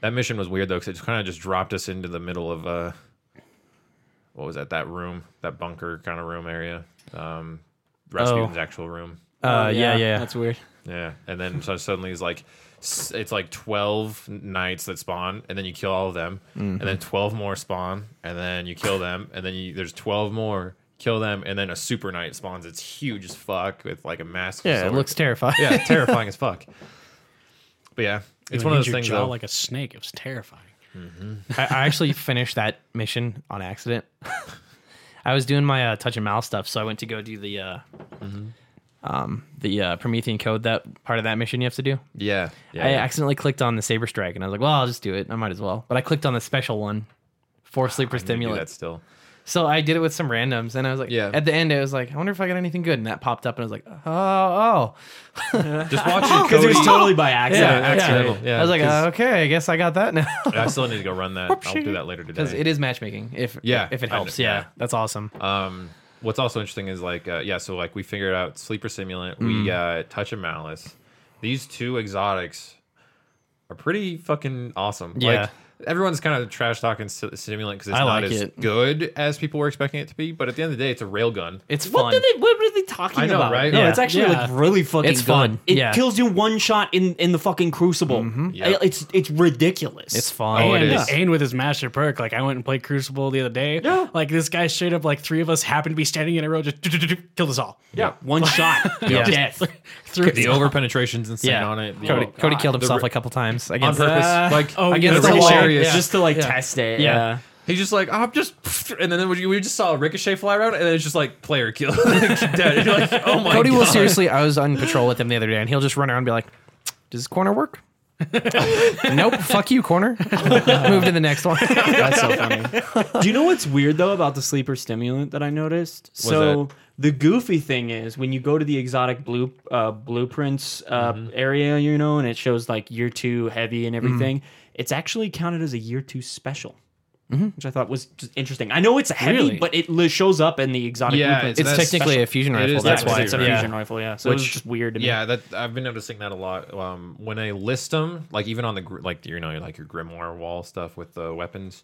B: That mission was weird though, because it kind of just dropped us into the middle of uh, what was that? That room, that bunker kind of room area. Um, Rasputin's actual room.
A: Uh, yeah, yeah.
C: That's weird.
B: Yeah, and then so suddenly it's like s- it's like twelve knights that spawn, and then you kill all of them, and
A: Mm-hmm.
B: then twelve more spawn, and then you kill them, and then you, there's twelve more, kill them, and then a super knight spawns. It's huge as fuck with like a massive.
A: yeah, it
B: sword.
A: looks terrifying.
B: yeah terrifying
A: <laughs>
B: as fuck. But yeah, it's
D: It
B: one of those
D: needs your
B: things
D: jaw
B: though.
D: like a snake. It was terrifying.
A: I, I actually finished that mission on accident. <laughs> I was doing my uh, touch and mouse stuff, so I went to go do the uh, um, the uh, Promethean code that part of that mission you have to do.
B: yeah, yeah,
A: I
B: yeah.
A: accidentally clicked on the Saber Strike, and I was like, "Well, I'll just do it. I might as well." But I clicked on the special one for sleeper
B: Ah, You do that
A: stimulant.
D: <laughs>
B: still.
A: So I did it with some randoms, and I was like,
B: Yeah.
A: At the end, I was like, "I wonder if I got anything good." And that popped up, and I was like, "Oh, oh."
B: Just
D: <laughs>
B: watch it,
C: Because
B: Cody.
C: it was totally <laughs> by
B: yeah,
C: accident.
B: accidental. Yeah,
A: I was like,
B: 'cause-
A: uh, "Okay, I guess I got that now." <laughs>
B: I still need to go run that. I'll do that later today.
A: Because it is matchmaking. If
B: Yeah,
A: if it
B: I
A: helps,
B: know,
A: yeah,
B: yeah.
A: that's awesome.
B: Um, what's also interesting is like, uh, yeah, so like we figured out Sleeper Simulant,
A: Mm.
B: we got Touch of Malice. These two exotics are pretty fucking awesome.
A: Yeah.
B: Like, everyone's kind of trash talking si- Simulant because it's
A: I
B: not
A: like
B: as
A: it.
B: good as people were expecting it to be. But at the end of the day, it's a railgun.
A: It's fun.
C: What did they? What were they talking
B: I know,
C: about?
B: right?
C: No,
A: Yeah.
C: it's actually
D: Yeah.
C: like really fucking.
A: It's
C: good.
A: fun.
C: It
A: Yeah.
C: kills you one shot in in the fucking crucible.
B: Yep.
C: I- It's it's ridiculous.
A: it's fun.
B: Oh, it
D: and,
B: is.
D: and with his master perk, like I went and played Crucible the other day.
C: Yeah.
D: Like this guy straight up, like three of us happened to be standing in a row, just killed us all.
C: Yeah, one shot.
D: <laughs>
A: Yeah.
C: Death.
D: Through
B: The over penetration's insane
A: yeah.
B: on it. The-
A: Cody, Cody
C: God.
A: killed
B: The
A: himself
B: re-
A: a couple times
B: on
A: against
B: purpose.
A: Uh,
B: like, I
D: oh, yeah,
B: get
D: the
B: the
D: ricochet.
B: ricochet. Yeah.
C: Just to like test it.
A: Yeah.
C: Yeah.
B: He's just like, I'm just, <laughs> and then we we just saw a ricochet fly around, and then it's just like player kill. <laughs> Dead. You're like, oh my
A: Cody
B: god.
A: will seriously. I was on patrol with him the other day, and he'll just run around and be like, "Does this corner
B: <laughs>
A: work?" nope. Fuck you, corner. <laughs> Move to the next one.
C: That's so funny. Do you know what's weird though about the sleeper stimulant that I noticed? so
B: that?
C: the goofy thing is when you go to the exotic blue uh, blueprints uh,
B: Mm-hmm.
C: area, you know, and it shows like year two heavy and everything. It's actually counted as a year two special.
B: Mm-hmm.
C: Which I thought was just interesting. I know it's a heavy,
D: Really?
C: but it li- shows up in the exotic
B: Yeah,
C: blueprints.
A: It's
B: That's
A: technically
B: special.
A: a fusion
B: It
A: rifle.
B: is
A: That's
B: technically
A: why
B: a
A: it's
C: it's a
B: yeah.
C: fusion rifle, yeah. So it was just weird to me.
B: Yeah, that I've been noticing that a lot. Um, when I list them, like even on the gr- like you know like your grimoire wall stuff with the weapons,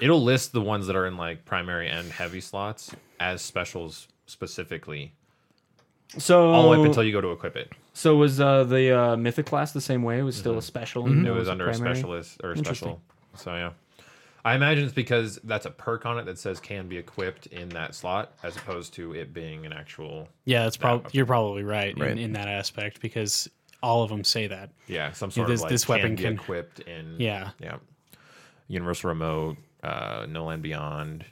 B: it'll list the ones that are in like primary and heavy slots as specials specifically.
C: So
B: all up until you go to equip it.
C: so was uh, the uh, mythic class the same way? It was still a special. and
B: Mm-hmm. It
C: there
B: was under a
C: primary?
B: specialist or a
C: Interesting.
B: special. So yeah. I imagine it's because that's a perk on it that says can be equipped in that slot as opposed to it being an actual
D: Yeah, that's probably you're probably right,
E: Right.
D: In, in that aspect because all of them say that.
B: yeah, some sort
D: this-
B: of like
D: this
B: can
D: weapon
B: be
D: can-
B: equipped in
D: Yeah.
B: Yeah. Universal remote, uh no land beyond.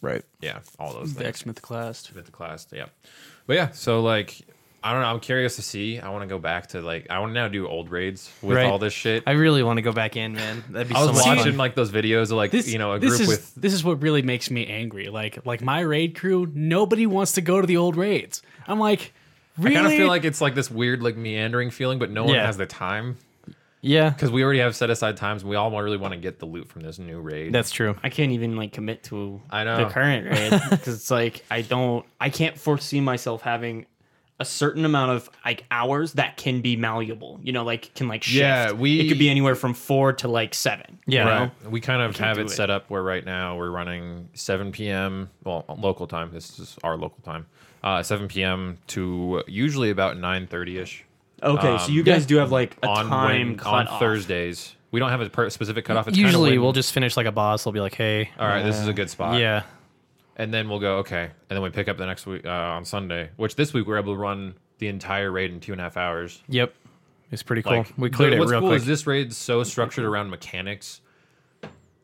E: Right.
B: Yeah, all those
A: The
B: things.
A: X Myth class.
B: with the class. Yeah. But yeah, so like I don't know. I'm curious to see. I want to go back to like I want to now do old raids with
A: Right.
B: all this shit.
A: I
B: I,
A: really want to go back in, man. That'd be so
B: was
A: much
B: watching
A: fun.
B: like those videos of like
D: This,
B: you know a
D: this
B: group
D: is,
B: with
D: this is what really makes me angry. Like like my raid crew, nobody wants to go to the old raids. I'm like, really?
B: I kind of feel like it's like this weird like meandering feeling, but no one
A: Yeah.
B: has the time
A: yeah,
B: because we already have set aside times. And we all really want to get the loot from this new raid.
A: that's true.
C: I can't even like commit to
B: I know.
C: the
B: <laughs>
C: current raid because it's like I don't I can't foresee myself having a certain amount of like hours that can be malleable. You know, like can like shift.
B: Yeah, we-
C: it could be anywhere from four to like seven.
A: Yeah.
C: you know?
B: Right. We kind of have
C: do
B: it,
C: it.
B: set up where right now we're running 7 p.m. Well, local time. This is our local time. Uh, 7 p.m. to usually about 9:30 ish
C: Okay, so you guys do have like a
B: Um, on
C: time
B: when-
C: cut
B: on
C: off.
B: Thursdays. We don't have a per- specific cutoff. It's kinda
A: Usually
B: when-
A: we'll just finish like a boss. We'll be like, hey,
B: all right. This is a good spot.
A: yeah,
B: and then we'll go okay, and then we pick up the next week uh, on Sunday. Which this week we are able to run the entire raid in two and a half hours.
A: yep. It's pretty cool.
B: Like,
A: we cleared
B: the-
A: it
B: what's
A: real
B: cool
A: quick.
B: Is this raid's so structured around mechanics.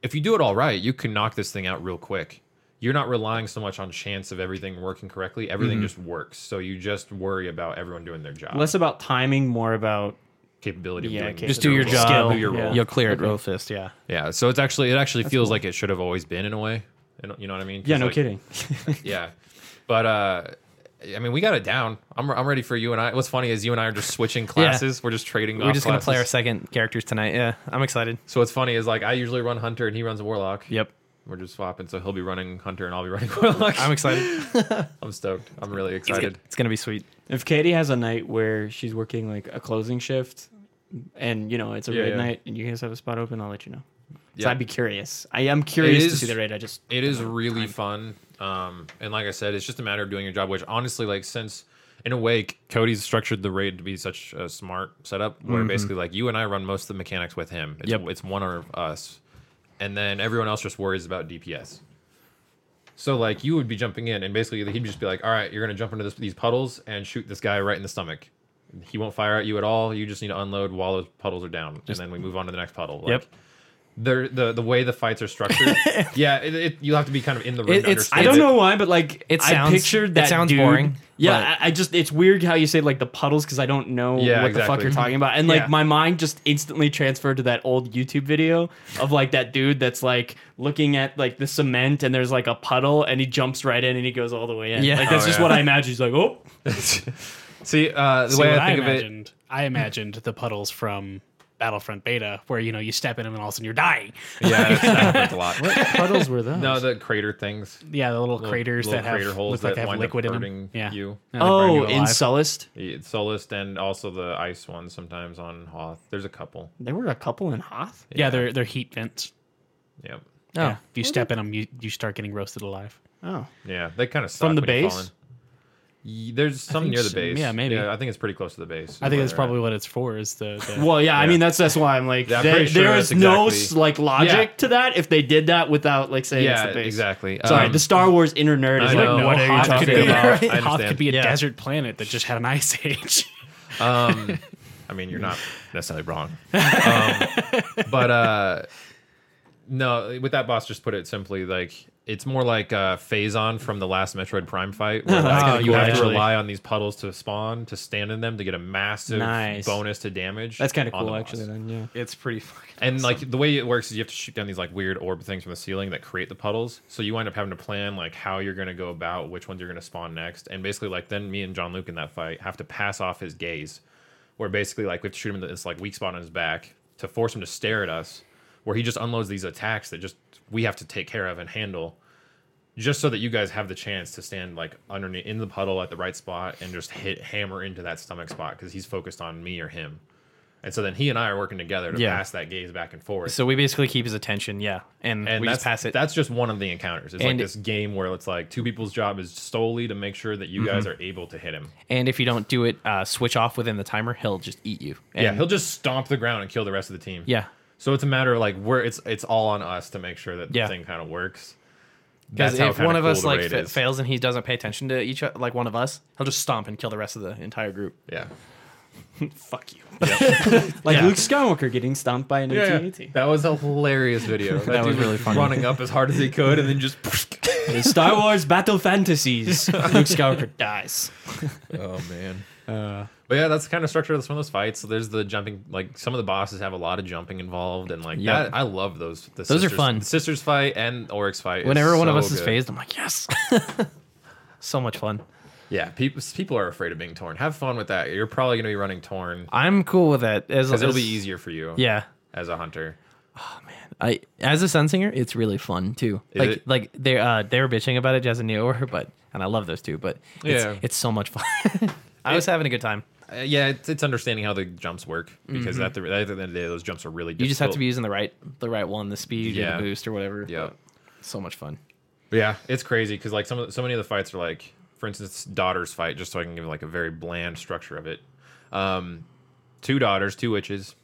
B: If you do it all right, you can knock this thing out real quick. You're not relying so much on chance of everything working correctly. Everything
A: Mm-hmm.
B: just works. So you just worry about everyone doing their job.
C: Less about timing, more about
B: capability. Of
C: Yeah,
B: doing
C: capability.
A: just do your
B: role.
A: job.
C: Skill,
B: Do your
C: yeah.
B: role.
A: You'll clear it real fast. Yeah.
B: Yeah. So it's actually it actually feels like it should have always been in a way. You know- You know what I mean? 'Cause,
C: yeah, no
B: like,
C: kidding.
B: <laughs> Yeah. But uh I mean, we got it down. I'm, I'm ready for you and I. What's funny is you and I are just switching classes. We're just trading.
A: We're just gonna play our
B: ourselves.
A: second characters tonight. Yeah, I'm excited.
B: So what's funny is like I usually run hunter and he runs warlock.
A: Yep,
B: We're just swapping, so he'll be running hunter and I'll be running <laughs> warlock.
A: I'm
B: I'm,
A: excited.
B: stoked. I'm really
A: it's,
B: excited.
A: gonna, it's gonna be sweet.
C: If Katie has a night where she's working like a closing shift, and you know it's a
B: Yeah,
C: raid
B: yeah.
C: night, and you guys have a spot open, I'll let you know. So
B: Yeah.
C: I'd be curious. I am curious to
B: is-
C: see the raid. I just
B: It is really fun. Um, and like I said, it's just a matter of doing your job, which honestly, like, since in a way, C- Cody's structured the raid to be such a smart setup where basically, like, you and I run most of the mechanics with him. It's,
A: Yep.
B: it's one of us. And then everyone else just worries about DPS. So, like, you would be jumping in, and basically, he'd just be like, all right, you're going to jump into this, these puddles and shoot this guy right in the stomach. He won't fire at you at all. You just need to unload while those puddles are down, and then we move on to the next puddle. Like,
A: Yep.
B: they're, the the way the fights are
D: <laughs>
B: structured. yeah, it, it, you have to be kind of in the room.
A: It-
B: to
A: it's-
B: understand
C: I don't
A: it-
C: know why, but like
A: it
C: I
A: sounds-
C: pictured
A: it
C: that
A: sounds
C: dude-
A: boring,
C: Yeah, I, I just it's weird how you say like the puddles because I don't know
B: Yeah,
C: what the fuck
B: exactly.
C: you're talking about, and like
B: Yeah.
C: my mind just instantly transferred to that old YouTube video of like that dude that's like looking at like the cement and there's like a puddle and he jumps right in and he goes all the way in.
A: Yeah.
C: like
A: <laughs>
C: that's
B: Oh,
C: just
B: yeah.
C: what I imagine. He's like, oh,
B: See, uh, the
D: See,
B: way
D: what
B: I
D: I,
B: think of it,
D: imagined, I imagined the puddles from Battlefront Beta, where you know you step in them and all of a sudden you're dying.
B: yeah, that's,
D: <laughs>
B: that happens a lot.
C: puddles were those.
B: No, the crater things,
D: Yeah, the little, craters
B: little
D: that have
B: crater holes
D: look like
B: that
D: they have
B: wind
D: liquid
B: up
D: in them.
B: hurting
D: Yeah.
B: you.
D: And they burn you
C: oh,
D: alive.
C: in Sullust,
B: Yeah, it's Solist and also the ice ones sometimes on Hoth. There's a couple.
C: there were a couple in Hoth.
D: yeah, they're they're heat vents.
B: Yep.
A: Oh,
D: Yeah. If you step in them, you, you start getting roasted alive.
C: Oh,
B: Yeah, they kind of suck
C: From the
B: when you fall
C: base?
B: in. Y- There's some
D: think
B: near the
D: so.
B: base.
D: Yeah, maybe.
B: I think it's pretty close to the base.
D: I think that's
B: Where-
D: probably what it's for. Is the,
B: <laughs>
D: the
C: Well, yeah, I
B: Yeah.
C: mean that's that's why I'm like
B: Yeah, I'm
C: there,
B: pretty sure
C: there
B: that's
C: is no
B: exactly-
C: s- like logic
B: Yeah.
C: to that if they did that without like saying it's
B: Yeah,
C: the base.
B: exactly.
C: Sorry,
B: Um,
C: the Star Wars inner nerd
B: I
C: is like,
B: know.
C: what are you
D: Hoth could
C: talking
D: be-
C: about?
B: about? I
D: <laughs> Hoth
B: understand.
D: could be a
A: Yeah.
D: desert planet that just had an <laughs> ice age.
B: Um, <laughs> I mean, you're not necessarily wrong, um, <laughs> but uh, no, with that boss, just put it simply, like it's more like uh, Phazon from the last Metroid Prime fight,
C: <laughs>
B: where like,
C: kinda
B: you
C: cool,
B: have to
C: actually.
B: rely on these puddles to spawn to stand in them to get a massive
C: Nice.
B: bonus to damage.
C: That's kind of
B: on the
C: cool,
B: boss.
C: actually. Then, yeah.
A: it's pretty fucking.
B: And like the way it works is you have to shoot down these like weird orb things from the ceiling that create the puddles. So you wind up having to plan like how you're gonna go about which ones you're gonna spawn next. And basically like then me and John Luke in that fight have to pass off his gaze, where basically like we have to shoot him in this like weak spot on his back to force him to stare at us, where he just unloads these attacks that just we have to take care of and handle. Just so that you guys have the chance to stand like underneath in the puddle at the right spot and just hit hammer into that stomach spot because he's focused on me or him And so then he and I are working together to
A: Yeah.
B: pass that gaze back and forth.
A: So we basically keep his attention, yeah, and,
B: and
A: we
B: that's,
A: just pass it.
B: that's just one of the encounters. It's like
A: And-
B: this game where it's like two people's job is solely to make sure that you guys
A: Mm-hmm.
B: are able to hit him.
A: And if you don't do it, uh, switch off within the timer. He'll just eat you. And,
B: yeah, he'll just stomp the ground and kill the rest of the team.
A: yeah.
B: So it's a matter of like we're it's it's all on us to make sure that the
A: Yeah.
B: thing kind of works.
A: Because
B: That's how
A: if
B: kinda
A: one of
B: cool
A: us
B: the
A: like
B: raid
A: fa-
B: is.
A: fails and he doesn't pay attention to each other, like one of us, he'll just stomp and kill the rest of the entire group.
B: yeah.
C: Fuck you. <laughs> like Luke Skywalker getting stomped by an E
B: Yeah,
C: AT-AT.
B: yeah. that was a
A: <laughs>
B: hilarious video. That,
A: was
B: dude
A: really funny.
B: Running up as
A: <laughs>
B: hard as he could and then just. <laughs>
C: In Star Wars Battle Fantasies. Luke Skywalker dies.
B: oh man.
A: Uh.
B: but yeah, that's the kind of structure. That's one of those fights. So there's the jumping. Like some of the bosses have a lot of jumping involved, and like
A: Yeah.
B: that, I love those. The
A: Those are
B: sisters-
A: fun.
B: The sisters fight and Oryx fight. is
A: Whenever one of
B: so
A: us is
B: good.
A: phased, I'm like, yes. <laughs> so much fun.
B: yeah, people people are afraid of being torn. Have fun with that. You're probably gonna be running torn
A: I'm cool with that. As,
B: because it'll
A: as-
B: be easier for you.
A: Yeah.
B: as a hunter.
A: I as a sun singer, it's really fun too.
B: Is
A: like
B: it?
A: like they uh they were bitching about it, Jazz and Neo were, but and I love those two, but it's,
B: Yeah.
A: it's so much fun. <laughs> I was having a good time.
B: Uh, yeah, it's, it's understanding how the jumps work because at, the, at the end of the day, those jumps are really. Difficult.
A: Mm-hmm. You just have to be using the right the right one, the speed or
B: Yeah.
A: the boost or whatever. <laughs>
B: Yeah.
A: So much fun.
B: But yeah, it's crazy because like some of, so many of the fights are like, for instance, daughters fight. Just so I can give like a very bland structure of it. Um, two daughters, two witches,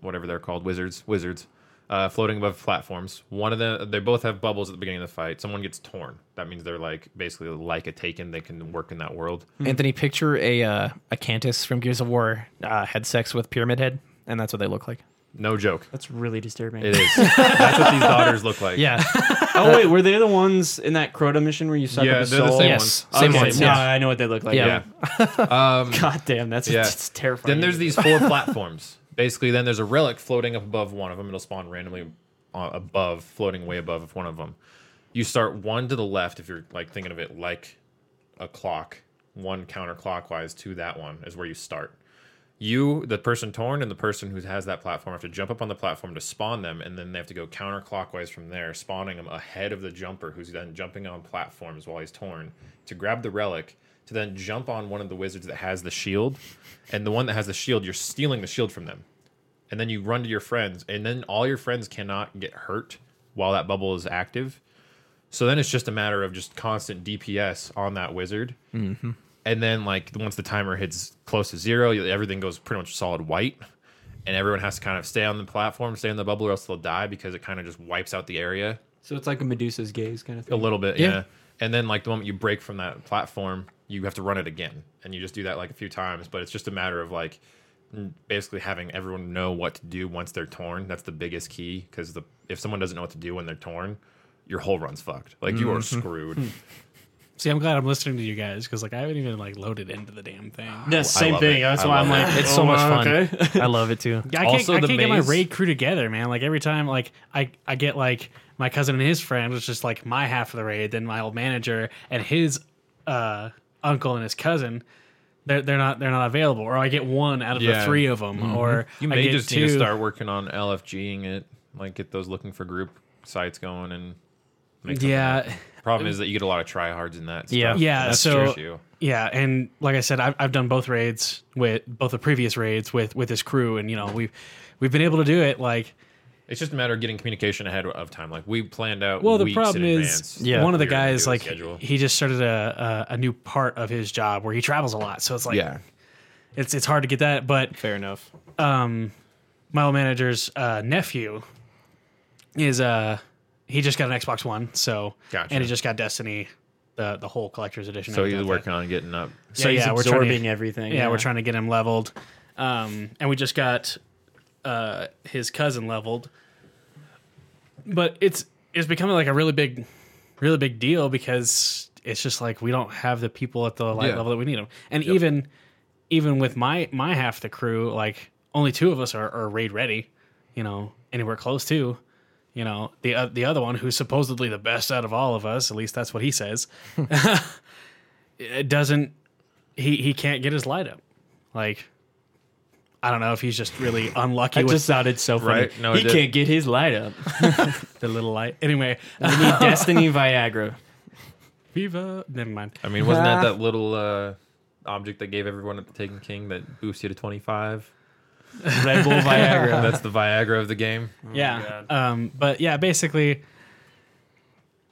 B: whatever they're called, wizards, wizards, uh, floating above platforms. One of them, they both have bubbles at the beginning of the fight. Someone gets torn. That means they're like basically like a taken. They can work in that world.
A: Anthony, picture a uh, a Cantus from Gears of War uh, had sex with Pyramid Head, and that's what they look like.
B: No joke.
C: That's really disturbing.
B: It
A: <laughs>
B: is. That's what these daughters look like.
A: Yeah,
C: Oh wait, were they the ones in that Crota mission where you suck
B: Yeah,
C: up his
B: they're the
C: soul?
B: same
A: Yes.
B: ones.
A: Same
C: Okay,
A: ones,
C: now
A: yeah.
C: I know what they look like.
A: Yeah.
B: Um,
C: God damn, that's
B: Yeah.
C: it's terrifying.
B: Then there's these
C: <laughs>
B: four platforms. Basically, then there's a relic floating up above one of them. It'll spawn randomly uh, above, floating way above one of them. You start one to the left if you're like thinking of it like a clock. One counterclockwise to that one is where you start. You, the person torn, and the person who has that platform have to jump up on the platform to spawn them, and then they have to go counterclockwise from there, spawning them ahead of the jumper, who's then jumping on platforms while he's torn to grab the relic, to then jump on one of the wizards that has the shield, and the one that has the shield, you're stealing the shield from them, and then you run to your friends, and then all your friends cannot get hurt while that bubble is active. So then it's just a matter of just constant DPS on that wizard and then like once the timer hits close to zero, you- everything goes pretty much solid white, and everyone has to kind of stay on the platform, stay in the bubble, or else they'll die because it kind of just wipes out the area
C: so it's like a Medusa's gaze kind of
B: a
C: thing.
B: little bit. Yeah.
A: Yeah.
B: And then like the moment you break from that platform, you have to run it again, and you just do that like a few times. But it's just a matter of like n- basically having everyone know what to do once they're torn. That's the biggest key because the if someone doesn't know what to do when they're torn, your whole run's fucked. Like you are screwed.
D: See, I'm glad I'm listening to you guys because like I haven't even like loaded into the damn thing.
C: Yeah, same
B: love
C: thing.
B: it.
C: That's
B: I
C: why I'm
B: love it.
A: <laughs>
C: like,
A: it's
C: oh,
A: so much fun. <laughs>
C: okay.
A: I love it
B: <laughs>
A: too.
D: Yeah, I
B: Also,
D: can't,
B: the
D: I can't get my
B: maze-
D: raid crew together, man. Like every time, like I, I get like my cousin and his friend was just like my half of the raid, then my old manager and his uh, uncle and his cousin. They're, they're not they're not available, or I get one out of
B: Yeah. Mm-hmm.
D: the three of them, or
B: You
D: I
B: may
D: get
B: just
D: two.
B: need to start working on LFGing it, like get those looking for group sites going. And make something happen.
D: yeah,
B: problem is that you get a lot of tryhards in that.
A: Yeah.
B: stuff.
D: yeah.
B: That's
D: so
B: the issue.
D: yeah, and like I said, I've, I've done both raids with both the previous raids with with this crew, and you know we've we've been able to do it like
B: it's just a matter of getting communication ahead of time. Like we planned out.
D: Well, the
B: weeks
D: problem
B: in
D: is,
B: advance
A: Yeah.
D: one of the
B: what we were gonna
D: guys
B: do with
D: like
B: schedule.
D: he just started a, a a new part of his job where he travels a lot, so it's like
B: yeah,
D: it's it's hard to get that. But
A: Fair enough.
D: um, my old manager's uh, nephew is uh he just got an Xbox One, so
B: Gotcha.
D: and he just got Destiny, the the whole collector's edition.
B: so
D: I
B: he's
D: got that.
B: working on getting up.
D: So yeah, we're trying to
C: absorbing everything.
D: yeah, we're trying to get him leveled. Um, and we just got uh, his cousin leveled. But it's it's becoming like a really big, really big deal because it's just like we don't have the people at the light
B: Yeah.
D: level that we need them. And even even with my my half the crew, like only two of us are, are raid ready, you know, anywhere close to. You know the uh, the other one who's supposedly the best out of all of us, at least that's what he says. it doesn't he he can't get his light up. Like I don't know if he's just really unlucky
C: That
D: with
C: just sounded so funny.
B: Right? No, it
C: he
B: did.
C: can't get his light up.
D: the little light. Anyway,
C: <laughs>
D: uh,
C: We need Destiny Viagra.
D: Viva. Never mind.
B: I mean, wasn't that that little uh, object that gave everyone at the Taken King that boosts you to twenty five? <laughs>
C: Red Bull Viagra.
B: That's the Viagra of the game.
D: yeah. Um, but yeah, basically,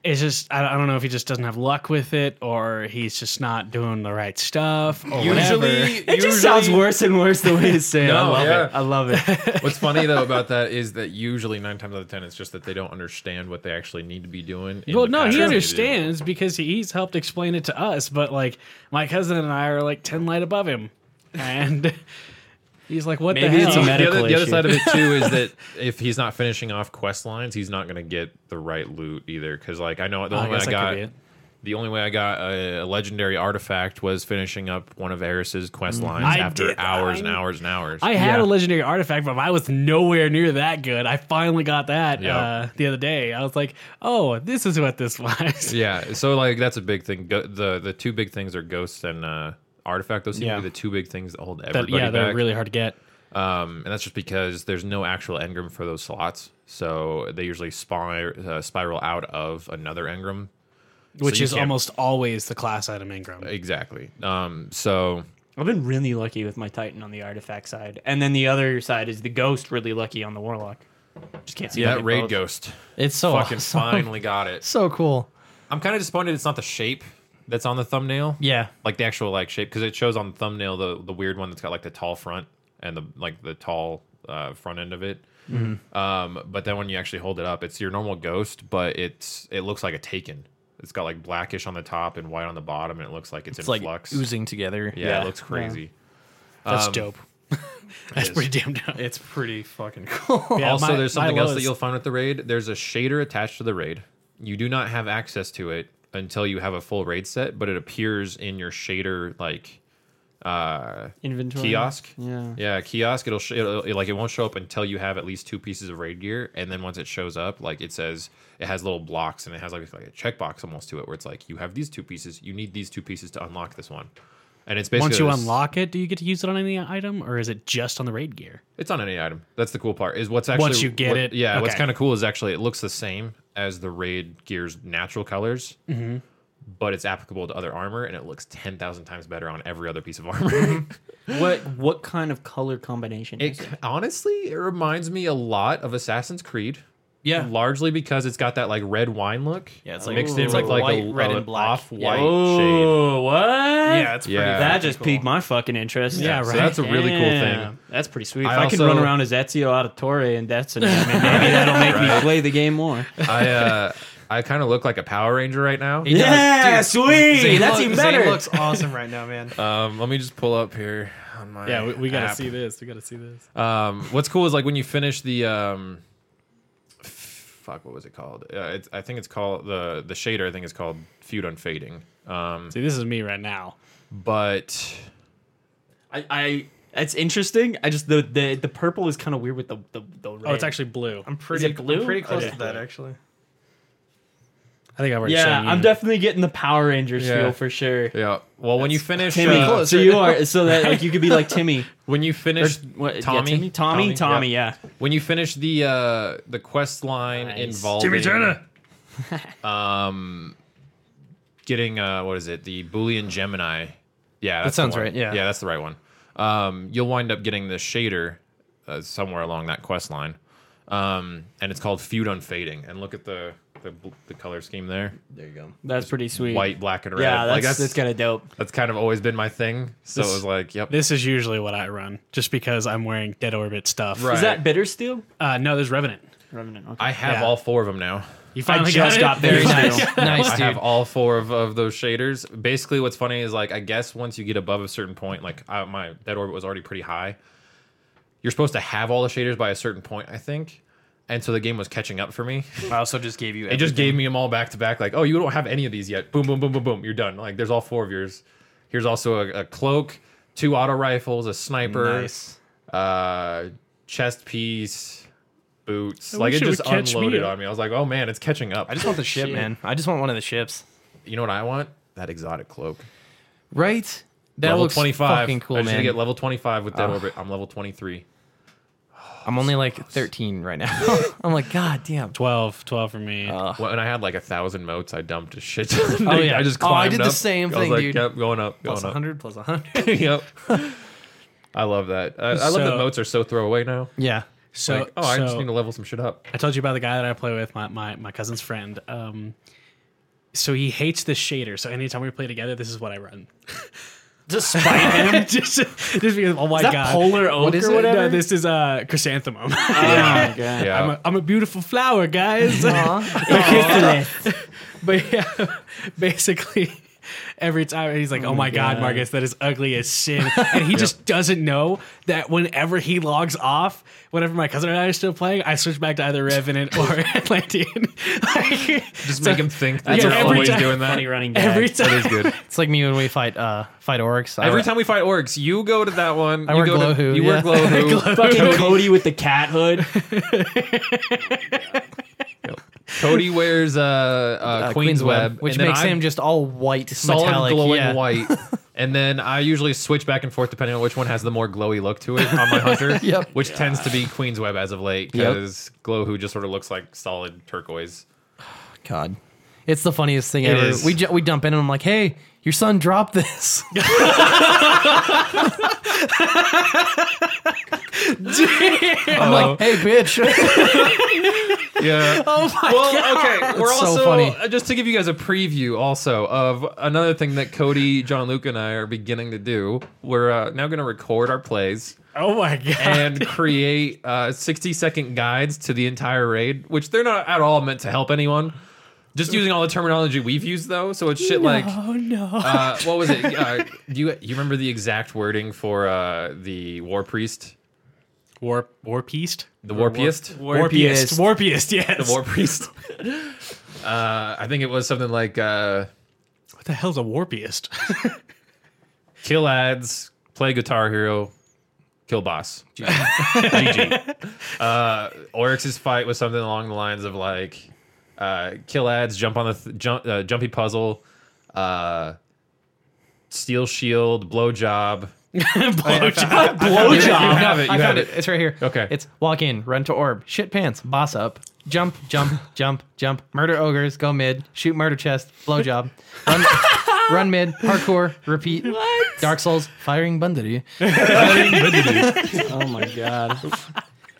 D: it's just I, I don't know if he just doesn't have luck with it or he's just not doing the right stuff. Or whatever.
B: Usually,
C: It just sounds
B: usually-
C: worse and worse the way it's saying. I
B: <laughs> No,
C: love
B: yeah.
C: it. I love it.
B: What's funny though about that is that usually nine times out of ten, it's just that they don't understand what they actually need to be doing. in
D: Well,
B: the
D: no, he
B: pattern they do.
D: understands because he's helped explain it to us. But like, my cousin and I are like ten light above him, and <laughs> he's like, "What
C: Maybe
D: the
C: it's
D: hell?"
C: a
B: The
C: medical
B: other, the other
C: issue.
B: side of it too is
D: <laughs>
B: that if he's not finishing off quest lines, he's not going to get the right loot either. Because like I know the only way
D: Oh, guess
B: I
D: that could
B: got
D: be it.
B: the only way I got a, a legendary artifact was finishing up one of Eris's quest lines
D: Mm-hmm. I
B: after
D: did-
B: hours
D: I-
B: and hours and hours.
D: I had
C: Yeah.
D: a legendary artifact, but I was nowhere near that good. I finally got that
B: Yeah.
D: uh, the other day. I was like, "Oh, this is what this <laughs> was."
B: yeah, so like that's a big thing. Go, the the two big things are ghosts and uh, artifact. Those seem
D: Yeah.
B: to be the two big things that hold
D: That-
B: everybody
D: yeah, they're
B: back.
D: really hard to get.
B: Um, and that's just because there's no actual engram for those slots, so they usually spir- uh, spiral out of another engram.
D: Which
B: you
D: is
B: can't-
D: almost always the class item Ingram.
B: Exactly. Um, so
C: I've been really lucky with my Titan on the artifact side, and then the other side is the Ghost. Really lucky on the Warlock. Just can't see
B: yeah,
C: them
B: that
C: get
B: raid
C: both.
B: ghost
A: It's so
B: fucking
A: awesome.
B: finally got it.
A: So cool.
B: I'm kind of disappointed it's not the shape that's on the thumbnail.
A: Yeah.
B: like the actual like shape because it shows on the thumbnail the the weird one that's got like the tall front and the like the tall uh, front end of it. Um, but then when you actually hold it up, it's your normal ghost, but it's it looks like a taken. It's got like blackish on the top and white on the bottom, and it looks like it's,
A: It's
B: in
A: like
B: flux.
A: oozing together.
B: yeah, it looks crazy. Uh,
D: That's
B: um,
D: dope. <laughs> That's pretty damn dope.
A: It's pretty fucking cool.
D: Yeah,
B: also,
D: my-
B: there's
D: my
B: something else
D: low
B: that
D: is-
B: you'll find with the raid. There's a shader attached to the raid. You do not have access to it until you have a full raid set, but it appears in your shader like uh,
C: inventory
B: kiosk.
C: Yeah.
B: yeah, kiosk. It'll, sh- it'll it- like it won't show up until you have at least two pieces of raid gear, and then once it shows up, like it says it has little blocks and it has like like a checkbox almost to it where it's like you have these two pieces, you need these two pieces to unlock this one, and it's basically
D: Once you
B: this-
D: unlock it, do you get to use it on any item, or is it just on the raid gear?
B: It's on any item. That's the cool part. Is what's actually
D: you get
B: what-
D: it,
B: Yeah, what's
D: okay.
B: kind of cool is actually it looks the same as the raid gear's natural colors,
D: Mm-hmm.
B: but it's applicable to other armor, and it looks ten thousand times better on every other piece of armor. <laughs>
C: What what kind of color combination? is
B: it honestly, it reminds me a lot of Assassin's Creed.
A: Yeah.
B: largely because it's got that like red wine look.
A: Yeah, it's like-
B: mixed in
A: it's
B: with
A: like
B: like,
A: white,
B: a,
A: red,
B: an
A: and black.
B: off-white shade.
C: Oh, what?
A: Yeah, it's pretty
B: Yeah.
C: that
A: fucking
C: just
A: cool.
C: piqued my fucking interest.
D: Yeah, right.
B: So that's a really cool
C: Damn,
B: thing.
C: That's pretty sweet. If
B: I
C: I, can
B: also-
C: run around as Ezio Auditore and that's an anime, maybe that'll make me play the game more.
B: I uh, I kind of look like a Power Ranger right now.
A: He does.
C: Yeah,
A: Dude,
C: sweet!
A: Zane
C: That's
A: look-
C: even
A: Zane
C: better.
A: looks awesome right now, man.
B: Um, let me just pull up here on my
D: Yeah, we, we gotta
B: app.
D: see this. We gotta see this.
B: Um, what's cool is like when you finish the um, f- fuck, what was it called? Uh, it's, I think it's called the the shader. I think it's called Feud Unfading. Um,
D: See, this is me right now.
B: but
C: I, I it's interesting. I just the the, the purple is kind of weird with the the, the red.
D: Oh, it's actually blue.
A: I'm pretty,
C: it blue?
A: I'm pretty close
C: Okay.
A: to that, actually.
D: I think I've already
C: yeah.
D: shown you.
C: I'm definitely getting the Power Rangers
B: Yeah.
C: feel for sure.
B: yeah, well, when you finish,
C: Timmy,
B: uh,
A: Close
C: so
A: right
C: you
A: now.
C: are so that like you could be like Timmy.
B: when you finish
C: What, yeah,
B: Tommy,
C: Timmy, Tommy, Tommy, yeah.
B: When you finish the uh, the quest line
C: Nice.
B: involving um, getting uh, what is it? The Boolean Gemini. Yeah, that's the
A: sounds
B: one.
A: right, yeah.
B: yeah, that's the right one. Um, you'll wind up getting the shader uh, somewhere along that quest line, um, and it's called Feud Unfading. And look at the the, bl- the color scheme there:
A: There you go.
C: That's pretty sweet.
B: white, black, and red.
C: Yeah, that's,
B: like
C: that's
B: that's that's kind,
C: kind of dope.
B: of, always been my thing. So
D: This-
B: it was like, yep,
D: This is usually what I run, just because I'm wearing Dead Orbit stuff.
B: Right.
C: Is that Bitter Steel?
D: Uh, no, there's Revenant.
C: Revenant. Okay.
B: I have
D: yeah.
B: all four of them now.
D: <laughs> You
C: I
D: finally
C: just
D: got,
C: got,
D: it?
C: Bitter Steel.
A: Nice,
B: I
A: dude.
B: have all four of, of those shaders. Basically, what's funny is like I guess once you get above a certain point, like I, my dead orbit was already pretty high. You're supposed to have all the shaders by a certain point, I think. And so the game was catching up for me. <laughs>
A: I also just gave you.
B: It <laughs> just gave me them all back to back. Like, oh, you don't have any of these yet. Boom, boom, boom, boom, boom. You're done. Like, there's all four of yours. Here's also a, a cloak, two auto rifles, a sniper,
A: Nice.
B: uh, chest piece, boots.
D: I
B: like, it
D: wish it would
B: just
D: catch me
B: unloaded
D: up.
B: on me. I was like, oh man, it's catching up.
A: I just want the ship, man. I just want one of the ships.
B: you know what I want? That exotic cloak.
A: Right? That
B: level
A: looks
B: 25.
A: fucking cool,
B: I just need
A: man.
B: to get level 25 with Dead Orbit. I'm level 23.
A: I'm only like 13 right now. <laughs> I'm like, god damn.
D: 12, 12 for me.
B: When I had Uh, like a thousand motes, I dumped a shit <laughs> ton.
A: Oh, yeah.
B: I just
A: Oh, I
B: climbed
A: did the
B: up.
A: same
B: I was
A: thing,
B: like,
A: dude. <laughs>
B: Yep, going up, <laughs> going
A: Plus
B: up.
A: 100, plus 100.
B: yep. I love that. I, I love that
D: So-
B: moats are so throwaway now.
D: Yeah. So,
B: Like, oh, I just
D: so-
B: need to level some shit up.
D: I told you about the guy that I play with, my my, my cousin's friend. Um, so he hates this shader. So anytime we play together, this is what I run.
C: <laughs> Despite
D: <laughs> just, just because, oh my
C: that
D: god,
C: polar oak
A: What is
C: or
A: it?
C: whatever.
D: No, this is uh, chrysanthemum. <laughs>
C: yeah. god.
B: Yeah,
D: I'm, a, I'm a beautiful flower, guys. <laughs> but yeah, <laughs> basically. Every time he's like, "Oh, my God, Marcus, that is ugly as sin,"
B: <laughs>
D: and he just doesn't know that whenever he logs off, whenever my cousin and I are still playing, I switch back to either Revenant
B: <laughs>
D: or <laughs> Atlantean. Like,
B: just
D: so-
B: make
A: <laughs>
B: him think that
C: That's
D: That's
B: you're
D: an
B: always
D: always
B: doing that.
C: Funny running gag.
D: <laughs> every time.
B: That is good.
A: It's like me when we fight uh fight orcs. I-
B: Every time we fight orcs, you go to that one.
A: I
B: you
A: wear
B: go to,
A: Glohu,
B: You
A: yeah.
B: wear
A: <laughs>
B: Glohu.
C: Fucking Cody with the cat hood.
B: Cody wears uh, uh,
A: uh,
B: Queen's, Web,
A: which
B: and then
A: makes
B: I'm
A: him just all white,
B: solid
A: metallic,
B: glowing
A: yeah.
B: white. <laughs> And then I usually switch back and forth depending on which one has the more glowy look to it on my hunter,
A: Yep.
B: which tends to be Queen's Web as of late
A: Yep.
B: because Glohu just sort of looks like solid turquoise.
A: God, it's the funniest thing
B: It
A: ever.
B: is.
A: We ju- we dump in and I'm like, hey, your son dropped this. <laughs> I'm like, hey,
B: <laughs>
A: bitch.
B: Yeah. oh my well, okay. We're
A: It's so
B: also
A: funny.
B: uh, just to give you guys a preview also of another thing that Cody, John Luke, and I are beginning to do. We're uh, now going to record our plays
D: <laughs> oh my God!
B: and create uh, 60 second guides to the entire raid, which they're not at all meant to help anyone. Just using all the terminology we've used though, so it's shit like
D: oh no!
B: uh, what was it? Uh, do you you remember the exact wording for uh, the war priest,
D: War war pieced.
B: the war priest,
D: Warpiest. Warpiest, yes.
B: the war priest? <laughs> uh, I think it was something like uh,
D: what the hell's
B: <laughs>
D: a warpiest? <laughs>
B: kill ads, play guitar hero, kill boss. GG. <laughs> Uh, Oryx's fight was something along the lines of like uh, kill ads, jump on the th- jump, uh, jumpy puzzle, uh, steel shield, blow job.
D: Blowjob.
B: You <laughs>
D: Blowjob.
B: have it. You
A: I
B: have
A: found
B: it.
A: it. It's right here.
B: Okay.
A: It's walk in, run to orb, shit pants, boss up, jump,
B: <laughs>
A: jump, jump, jump, murder ogres, go mid, shoot murder chest, blowjob,
B: <laughs>
A: run, run mid, parkour, repeat. What? Dark Souls, firing Bundy.
C: Oh my god. yeah,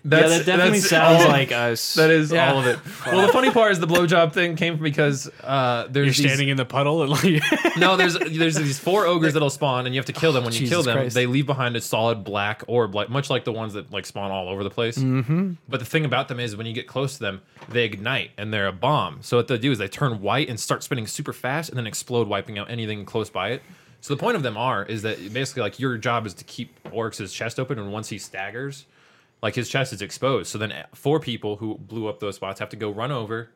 B: That's,
C: that definitely
B: that's
C: sounds
B: all-
C: like us.
B: That is
A: Yeah.
B: all of it. <laughs> Well, the funny part is the blowjob thing came because uh, there's
D: You're
B: these,
D: standing in the puddle
B: <laughs>
D: and like
B: No, there's there's these four ogres that'll spawn, and you have to kill them. When you
A: Jesus
B: kill them,
A: Christ.
B: they leave behind a solid black orb, like much like the ones that like spawn all over the place. Mm-hmm. But the thing about them is, when you get close to them, they ignite and they're a bomb. So what they do is they turn white and start spinning super fast, and then explode, wiping out anything close by it. So the point of them are is that basically like your job is to keep Oryx's chest open, and once he staggers, like his chest is exposed. So then four people who blew up those spots have to go run over,